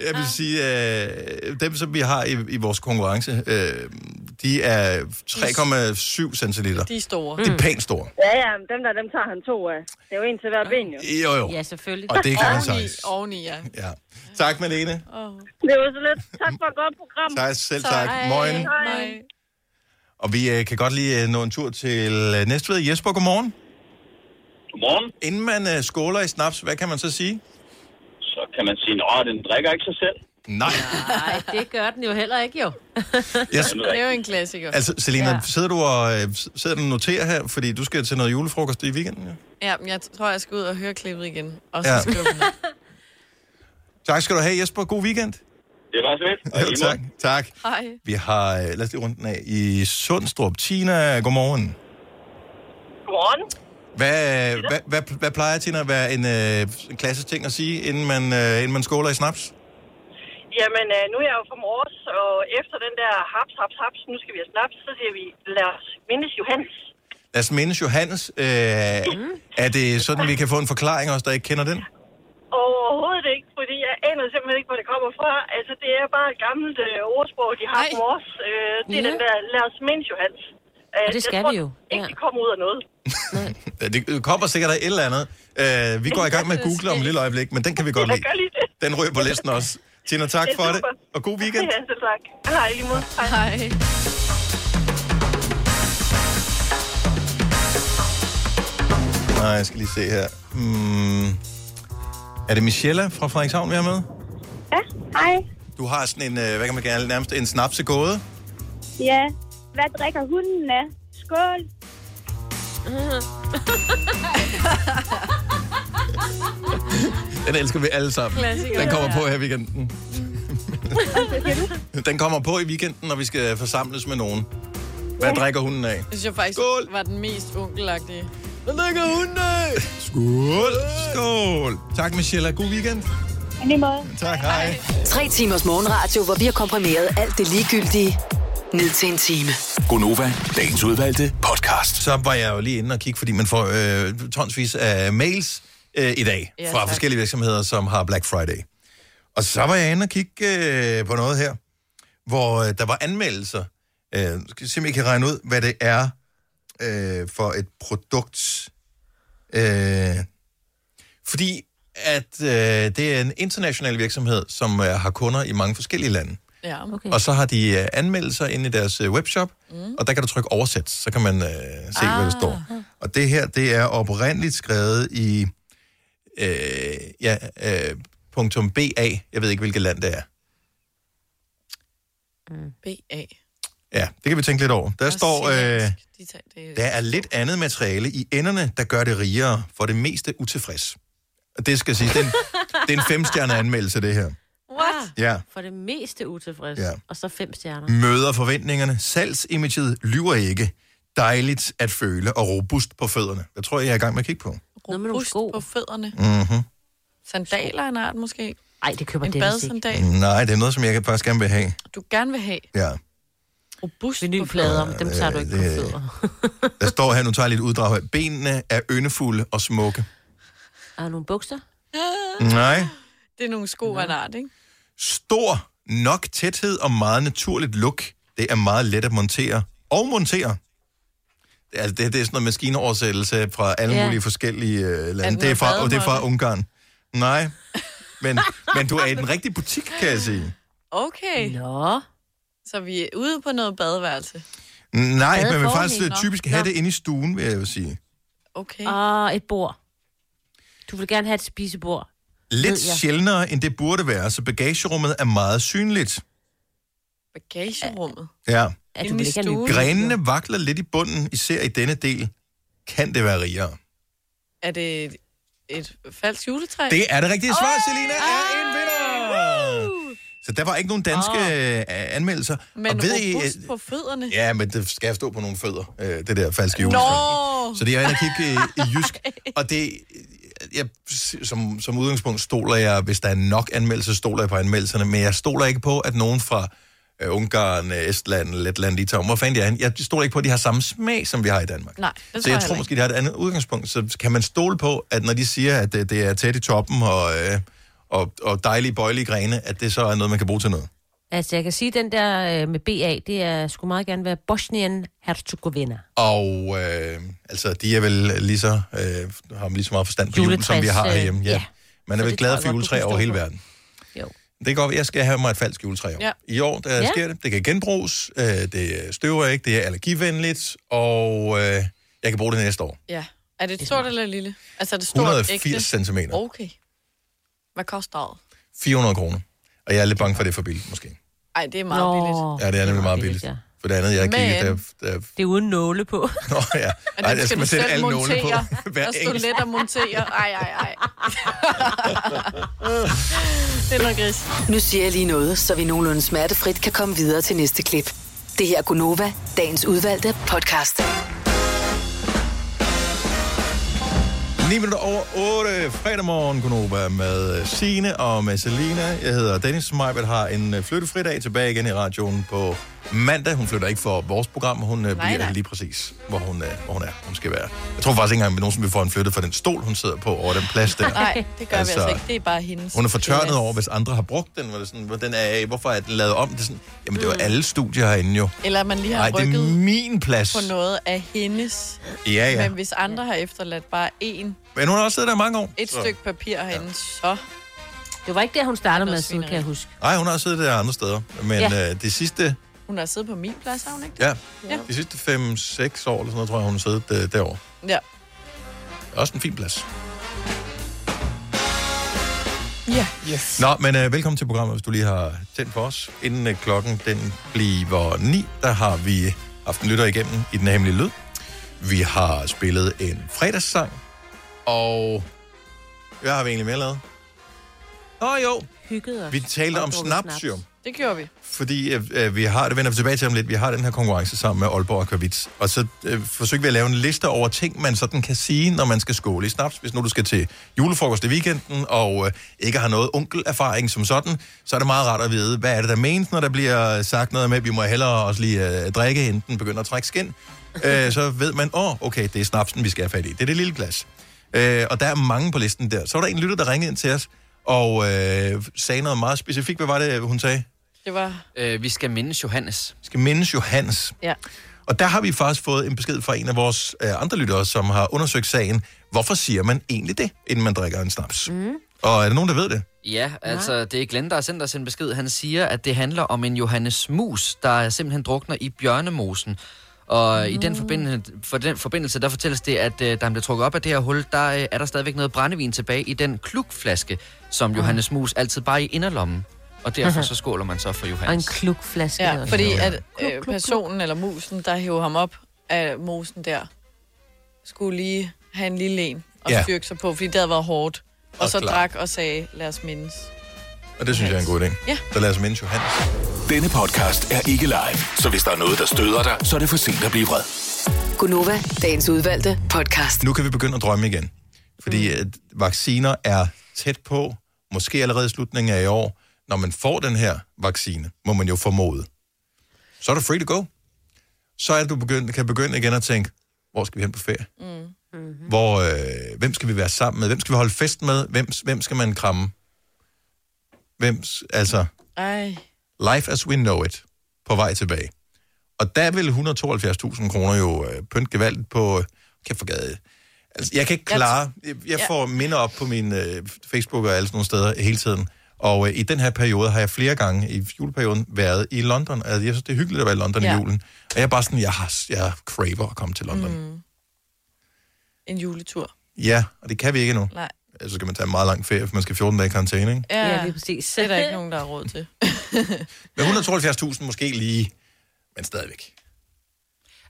A: Jeg vil sige, øh, dem, som vi har i, i vores konkurrence, øh, de er 3,7 centiliter.
S: De er store. Mm.
A: De er pænt store.
S: Ja, ja, men dem der, dem tager han to af. Det er jo en til hver ben, jo.
A: Jo, jo.
S: Ja, selvfølgelig.
A: Og det kan man sagtens.
S: Oveni, ja.
A: Ja. Tak, Malene.
S: Oh. Det var så lidt. Tak for et godt program.
A: Tak, selv tak.
S: Hej.
A: Moin.
S: Hej.
A: Og vi øh, kan godt lige øh, nå en tur til øh, Næstved. Jesper, godmorgen.
V: Godmorgen.
A: Inden man øh, skåler i snaps, hvad kan man så sige?
V: Så kan man sige, at den drikker ikke sig selv.
A: Nej.
C: Nej, det gør den jo heller ikke, jo.
A: Jeg-
B: Det er jo en klassiker.
A: Altså, Selina, ja. sidder du og øh, sidder du og noterer her, fordi du skal til noget julefrokost i weekenden? Ja?
B: Ja, men jeg tror, jeg skal ud og høre klippet igen. Og så
A: Ja.
B: ja. skrive den.
A: Tak skal du have, Jesper. God weekend.
V: Det var så lidt.
A: Ja, tak. tak.
B: Hej.
A: Vi har, øh, lad os lige runde den af, i Sundstrup. Tina, godmorgen.
S: Godmorgen.
A: Hvad, øh, hvad, hvad, hvad plejer, Tina, at være en øh, klassisk ting at sige, inden man, øh, inden man skåler i snaps?
S: Jamen, øh, nu er jeg jo fra Mors, og efter den der haps, haps, haps, nu skal vi have snaps, så siger vi, lad os mindes Johannes.
A: Lad os mindes Johannes. Øh, er det sådan, vi kan få en forklaring også, der ikke kender den?
S: Overhovedet ikke, fordi jeg aner simpelthen ikke, hvor det kommer fra. Altså, det er bare et gammelt øh, ordsprog, de har på Mors. Øh, det er
C: Ja.
S: den der, lad os mindes Johannes. Øh,
C: Og det skal
S: jeg tror,
C: vi jo.
S: ikke, det kommer ud af noget.
A: Øh, Det kommer sikkert af et eller andet. Øh, vi går i gang med at google om et lille øjeblik, men den kan vi godt lide.
S: Jeg gør lige det.
A: Den ryger på listen også. Tina, tak
S: Det er
A: for det,
S: super.
A: og god weekend.
S: Ja, selv tak. Hej, lige måde. Hej. Hej.
A: Nej, jeg skal lige se her. Mm, er det Michelle fra Frederikshavn, vi har med?
W: Ja, hej.
A: Du har sådan en, øh, hvad kan man kalde det, nærmest en snapsegåde.
W: Ja, hvad drikker hunden af? Skål.
A: Den elsker vi alle sammen.
W: Klassiker.
A: Den kommer på her i weekenden. Den kommer på i weekenden, når vi skal forsamles med nogen. Hvad drikker hunden af?
B: Det synes jeg faktisk Skål. var den mest onkelagtige.
A: Der ligger hunden af! Skål! Skål! Tak, Michelle. God weekend. Tak, hej.
D: Tre timers morgenradio, hvor vi har komprimeret alt det ligegyldige ned til en time.
A: Gonova, dagens udvalgte podcast. Så var jeg jo lige inde og kigge, fordi man får øh, tonsvis af mails øh, i dag
X: Ja,
A: ja, fra
X: tak.
A: forskellige virksomheder, som har Black Friday. Og så var jeg inde og kigge øh, på noget her, hvor øh, der var anmeldelser. Øh, nu skal jeg se, om jeg kan regne ud, hvad det er øh, for et produkt. Øh, fordi at øh, det er en international virksomhed, som øh, har kunder i mange forskellige lande.
B: Ja,
A: Okay. Og så har de øh, anmeldelser inde i deres øh, webshop, mm. og der kan du trykke oversæt, så kan man øh, se, ah. hvad der står. Og det her, det er oprindeligt skrevet i øh, ja, øh, punktum .ba, jeg ved ikke, hvilket land det er.
C: Mm.
B: BA.
A: Ja, det kan vi tænke lidt over. Der står, øh,
B: De tager det.
A: der er lidt andet materiale i enderne, der gør det rigere, for det meste utilfreds. Og det skal sige, det er en, det er en femstjerne anmeldelse, det her.
C: What?
A: Ja.
C: For det meste utilfreds.
A: Ja.
C: Ja. Og så fem stjerner.
A: Møder forventningerne. Salgsimaget lyver ikke. Dejligt at føle og robust på fødderne. Jeg tror, jeg er i gang med at kigge på.
B: Noget med nogle sko. på fødderne.
A: Mm-hmm.
B: Sandaler af en art måske.
C: Nej, det køber
B: en
C: Dennis ikke.
B: badsandal,
A: Nej, det er noget, som jeg faktisk gerne vil have.
B: du gerne vil have.
A: Ja.
B: Robust
C: Vinylplader, men dem tager du ikke på
A: øh, det-
C: fødder.
A: Der står her, nu tager jeg lidt uddrag her. Benene er yndefulde og smukke.
C: Har nogle bukser?
A: Nej.
B: Ah, Det er nogle sko af en art, ikke?
A: Stor nok tæthed og meget naturligt look. Det er meget let at montere og montere. Det er, det, det er sådan noget maskinoversættelse fra alle
Y: Ja.
A: yeah. mulige forskellige øh,
Y: den
A: lande. Det er, fra,
Y: med
A: og det er fra
Y: bademåtte?
A: Ungarn. Nej, men, men du er i den rigtige butik, kan jeg sige.
B: Okay.
C: Nå.
B: Så vi er ude på noget badeværelse.
A: Nej, man vil
B: Badeforhæng,
A: faktisk øh,
B: nå.
A: typisk have
B: Nå.
A: det inde i stuen, vil jeg jo sige.
B: Okay.
C: Og Ah, et bord. Du vil gerne have et spisebord.
A: Lidt
C: Ved jeg.
A: sjældnere, end det burde være, så bagagerummet er meget synligt.
B: Bagagerummet.
A: Ja.
B: At du vil ikke have en bil.
A: Grenene vakler lidt i bunden, især i denne del. Kan det være rigere?
B: Er det et, et falsk juletræ?
A: Det er det rigtige svar,
B: Åh! Ah!
A: Selina er en vinder! Så der var ikke nogen danske oh. anmeldelser.
B: Men
A: og ved I, øh,
B: robust på fødderne.
A: ja, men det skal stå på nogle fødder, øh, det der falske jul.
B: Nå!
A: Så det er jeg inde og kigge øh, i, i jysk. Og det, øh, jeg, som, som udgangspunkt stoler jeg, hvis der er nok anmeldelser, stoler jeg på anmeldelserne. Men jeg stoler ikke på, at nogen fra øh, Ungarn, øh, Estland, Letland, Litauen, hvor fanden de er henne, jeg stoler ikke på, at de har samme smag, som vi har i Danmark.
B: Nej, det
A: Så jeg tror måske, de har et andet udgangspunkt. Så kan man stole på, at når de siger, at det, det er tæt i toppen og, øh, og, og dejlige bøjelige grene, at det så er noget, man kan bruge til noget.
C: Altså, jeg kan sige, at den der øh, med BA, det er, skulle meget gerne være Bosnien-Herzegovina.
A: Og øh, altså, de er vel lige så, øh, har lige så meget forstand på jul, som vi har
C: Juletræs, øh,
A: herhjemme. Ja.
C: ja.
A: ja. Man er
C: Så
A: vel
C: det
A: glad
C: tror jeg
A: for
C: godt, du
A: juletræer
C: kan
A: over
C: stå
A: hele
C: på.
A: verden.
C: Jo.
A: Det kan godt være, jeg skal have mig et falsk juletræ i år.
C: Ja.
A: I år, der
C: Ja.
A: sker det. Det kan genbruges, øh, det støver ikke, det er allergivenligt, og øh, jeg kan bruge det næste år.
B: Ja. Er det et stort eller lille? Altså er det stort
A: 180
B: ægte?
A: centimeter.
B: Okay. Hvad koster det?
A: 400 kroner. Og jeg er lidt bange for, at det er for billigt, måske.
B: Ej, det er meget Nå. billigt.
A: Ja, det er nemlig meget billigt. For det andet, jeg har kigget, der,
B: Men-
A: der,
C: Det er uden nåle på.
A: Nå ja,
B: Men
A: Ej,
B: den
A: der skal man sætte alle nålene på. Hver
B: Der stod
A: enkelt.
B: let at montere. Ej, ej, ej. Øh, det er noget gris.
D: Nu siger jeg lige noget, så vi nogenlunde smertefrit kan komme videre til næste klip. Det her er Gunova, dagens udvalgte podcast.
A: 9 minutter over 8, fredag morgen, Konoba med Sine og med Selina. Jeg hedder Dennis Meibert, har en øh, flyttefri dag tilbage igen i radioen på mandag. Hun flytter ikke for vores program, hun nej, bliver
Y: nej.
A: lige præcis, hvor hun, øh, hvor hun er. Hun skal være. Jeg tror faktisk ikke engang, at nogen som vil få hende flyttet fra den stol, hun sidder på over den plads der.
B: Nej, det gør altså, vi altså ikke. Det er bare hendes.
A: Hun er fortørnet
B: plads.
A: over, hvis andre har brugt den. Hvor det sådan, hvor den er, hvorfor er den lavet om? Det er sådan, jamen, det var alle studier herinde jo.
B: Eller at man lige Mm. har
A: Nej, det
B: rykket
A: er min plads.
B: på noget af hendes.
A: Ja, ja.
B: Men hvis andre har efterladt bare én,
A: Men hun har også siddet der i mange år.
B: et
A: så-
B: stykke papir herinde, så...
C: Det var ikke der, hun startede med at sidde, kan jeg huske.
A: Nej, hun har også siddet der andre steder. Men
B: Ja.
A: ja. øh, det sidste,
B: Hun har siddet på min plads, har hun ikke?
A: ja,
B: Ja.
A: ja. de sidste 5-6 år eller sådan noget, tror jeg, hun har siddet øh, derovre.
B: Ja.
A: Også en fin plads.
B: Ja. Yes.
A: Nå, men øh, velkommen til programmet, hvis du lige har tændt for os. Inden øh, klokken den bliver 9, der har vi haft en lytter igennem i Den Hemmelige Lyd. Vi har spillet en fredagssang, og hvad har vi egentlig mere lavet? Nå jo,
C: Hygget os.
A: vi talte
C: Og
A: om
C: drukket
A: snaps, jo.
B: Det gjorde vi.
A: fordi øh, øh, vi har, det vender vi tilbage til om lidt, vi har den her konkurrence sammen med Aalborg og Kvavits, og så øh, forsøger vi at lave en liste over ting, man sådan kan sige, når man skal skåle i snaps. Hvis nu du skal til julefrokost i weekenden, og øh, ikke har noget onkelerfaring som sådan, så er det meget rart at vide, hvad er det, der menes, når der bliver sagt noget med, at vi må hellere også lige øh, drikke, inden den begynder at trække skin. Øh, så ved man, åh, oh, okay, det er snapsen, vi skal have fat i. Det er det lille glas. Øh, og der er mange på listen der. Så var der en lytter, der ringede ind til os, og øh, sagde noget meget specifikt. Hvad var det, hun sagde?
B: Det var...
U: Øh, vi skal mindes Johannes.
A: skal mindes Johannes.
B: Ja.
A: Og der har vi faktisk fået en besked fra en af vores øh, andre lyttere, som har undersøgt sagen. Hvorfor siger man egentlig det, inden man drikker en snaps? Mm. Og er der nogen, der ved det?
U: Ja, altså det er Glenn, der har sendt os en besked. Han siger, at det handler om en Johannes Mus, der simpelthen drukner i bjørnemosen. Og i den forbindelse, for den forbindelse, der fortælles det, at øh, da han blev trukket op af det her hul, der øh, er der stadigvæk noget brændevin tilbage i den klukflaske, som Johannes Mus altid bare i inderlommen. Og derfor så skåler man så for
C: Og en
U: Johannes.
C: klukflaske.
B: Ja,
C: også.
B: fordi at øh, personen eller musen, der hæver ham op af mosen der, skulle lige have en lille en og
A: Ja.
B: styrke sig på, fordi det havde været hårdt. Og,
A: Og
B: så
A: klar.
B: drak og sagde, lad os mindes.
A: Og det synes jeg er en god idé.
B: Ja.
A: Så lad os mindes Johannes.
I: Denne podcast er ikke live, så hvis der er noget, der støder dig, så er det for sent at blive vred.
D: Gunova, dagens udvalgte podcast.
A: Nu kan vi begynde at drømme igen. Fordi mm. at vacciner er tæt på, måske allerede i slutningen af i år. Når man får den her vaccine, må man jo formode. Så er du free to go. Så er det, du begynd, kan begynde igen at tænke, hvor skal vi hen på ferie?
B: Mm.
A: Mm-hmm. Hvor, øh, hvem skal vi være sammen med? Hvem skal vi holde fest med? Hvem, hvem skal man kramme? Hvem, s- altså,
B: Ej.
A: life as we know it, på vej tilbage. Og der vil 172.000 kroner jo øh, pynt gevaldigt på, øh, kan forgade. Altså, jeg kan ikke
E: Jeg t-
A: klare, jeg, jeg
E: Ja.
A: får minder op på min øh, Facebook og alle sådan nogle steder hele tiden. Og øh, i den her periode har jeg flere gange i juleperioden været i London. Altså, jeg synes, det er hyggeligt at være i London ja.
B: Ja.
A: i julen. Og jeg er bare sådan, jeg, har, jeg craver at komme til London. Mm.
B: En juletur.
A: Ja, og det kan vi ikke endnu. Altså,
B: Nej.
A: Så skal man tage en meget lang ferie, for man skal 14 dage i karantæne, ikke?
B: Ja,
C: Ja, lige præcis.
B: Det er der ikke nogen, der har råd til.
A: Men 172.000 måske lige, men stadigvæk.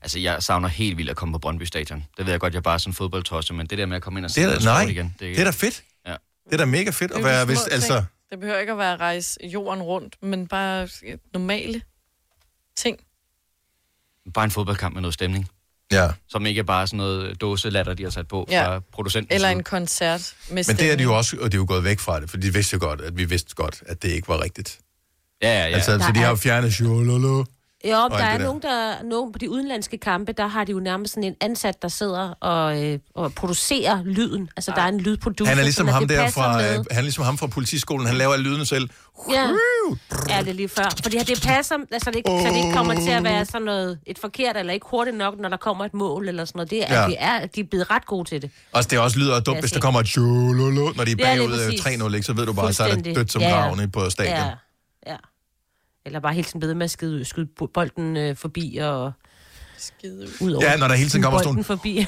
U: Altså, jeg savner helt vildt at komme på Brøndby Stadion. Det ved jeg godt, jeg bare er sådan en fodboldtosse, men det der med at komme ind og
A: Det
U: se
A: er
U: noget
A: da, nej,
U: sport
A: igen.
U: er-
A: det er da fedt.
U: Ja.
A: Det er da mega fedt
B: Det er
A: at
B: jo de
A: være,
B: små
A: hvis,
B: ting.
A: altså...
B: Det behøver ikke at være at rejse jorden rundt, men bare øh, normale ting.
U: Bare en fodboldkamp med noget stemning.
A: Ja.
U: Som ikke er bare sådan noget dåselatter, de har sat på ja.
B: Ja.
U: fra producenten.
B: Eller en koncert med
A: Men det er de jo også, og de er jo gået væk fra det, for de vidste jo godt, at vi vidste godt, at det ikke var rigtigt.
U: Ja, ja, ja.
A: Altså, så de har jo fjernet shololo.
C: Jo,
A: og
C: der
A: alt
C: er
A: det der.
C: nogen, der, nogen på de udenlandske kampe, der har de jo nærmest sådan en ansat, der sidder og, øh, og producerer lyden. Altså, der er en lydproducer.
A: Han er ligesom
C: sådan, at
A: ham
C: det
A: der
C: passer
A: fra,
C: med.
A: øh, han er ligesom ham fra politiskolen, han laver alle lydene selv.
C: Ja. ja, det er lige før. Fordi det passer, altså det, så det ikke kommer til at være sådan noget et forkert, eller ikke hurtigt nok, når der kommer et mål eller sådan noget. Det er,
A: Ja.
C: ja. det er, de er blevet ret gode til det.
A: Og det også lyder dumt,
C: Ja,
A: hvis der
C: se.
A: kommer et shololo, når de
C: Ja,
A: er
C: lige
A: bagud øh,
C: præcis.
A: 3-0, ikke? så ved du bare, så er det
C: Fuldstændig.
A: dødt som
C: Ja, ja.
A: gravene på stadion.
C: Ja, ja. Eller bare hele tiden bedre med at skide, skyde bo- bolden øh, forbi og...
B: Skide
C: ud over.
A: Ja, når der hele tiden kommer sådan
C: bolden
A: nogle-
C: forbi.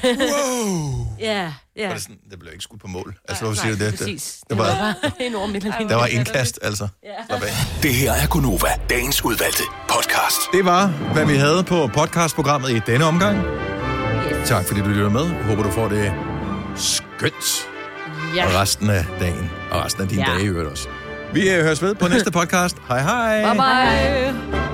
A: Wow!
C: ja,
A: Ja.
C: ja.
A: Det, sådan, det blev ikke skudt på mål. Altså, hvorfor siger du det?
C: Præcis.
A: Det, det var,
C: enormt midlertidigt.
A: Der var indkast, altså.
I: Det her er Gunova, dagens udvalgte podcast.
A: Det var, hvad vi havde på podcastprogrammet i denne omgang. Yes. Tak fordi du lytter med. Jeg håber, du får det skønt.
C: Ja.
A: Og resten af dagen. Og resten af dine
C: Ja.
A: dage i øvrigt også. Vi øh, høres ved på næste podcast. Hej hej.
C: Bye bye.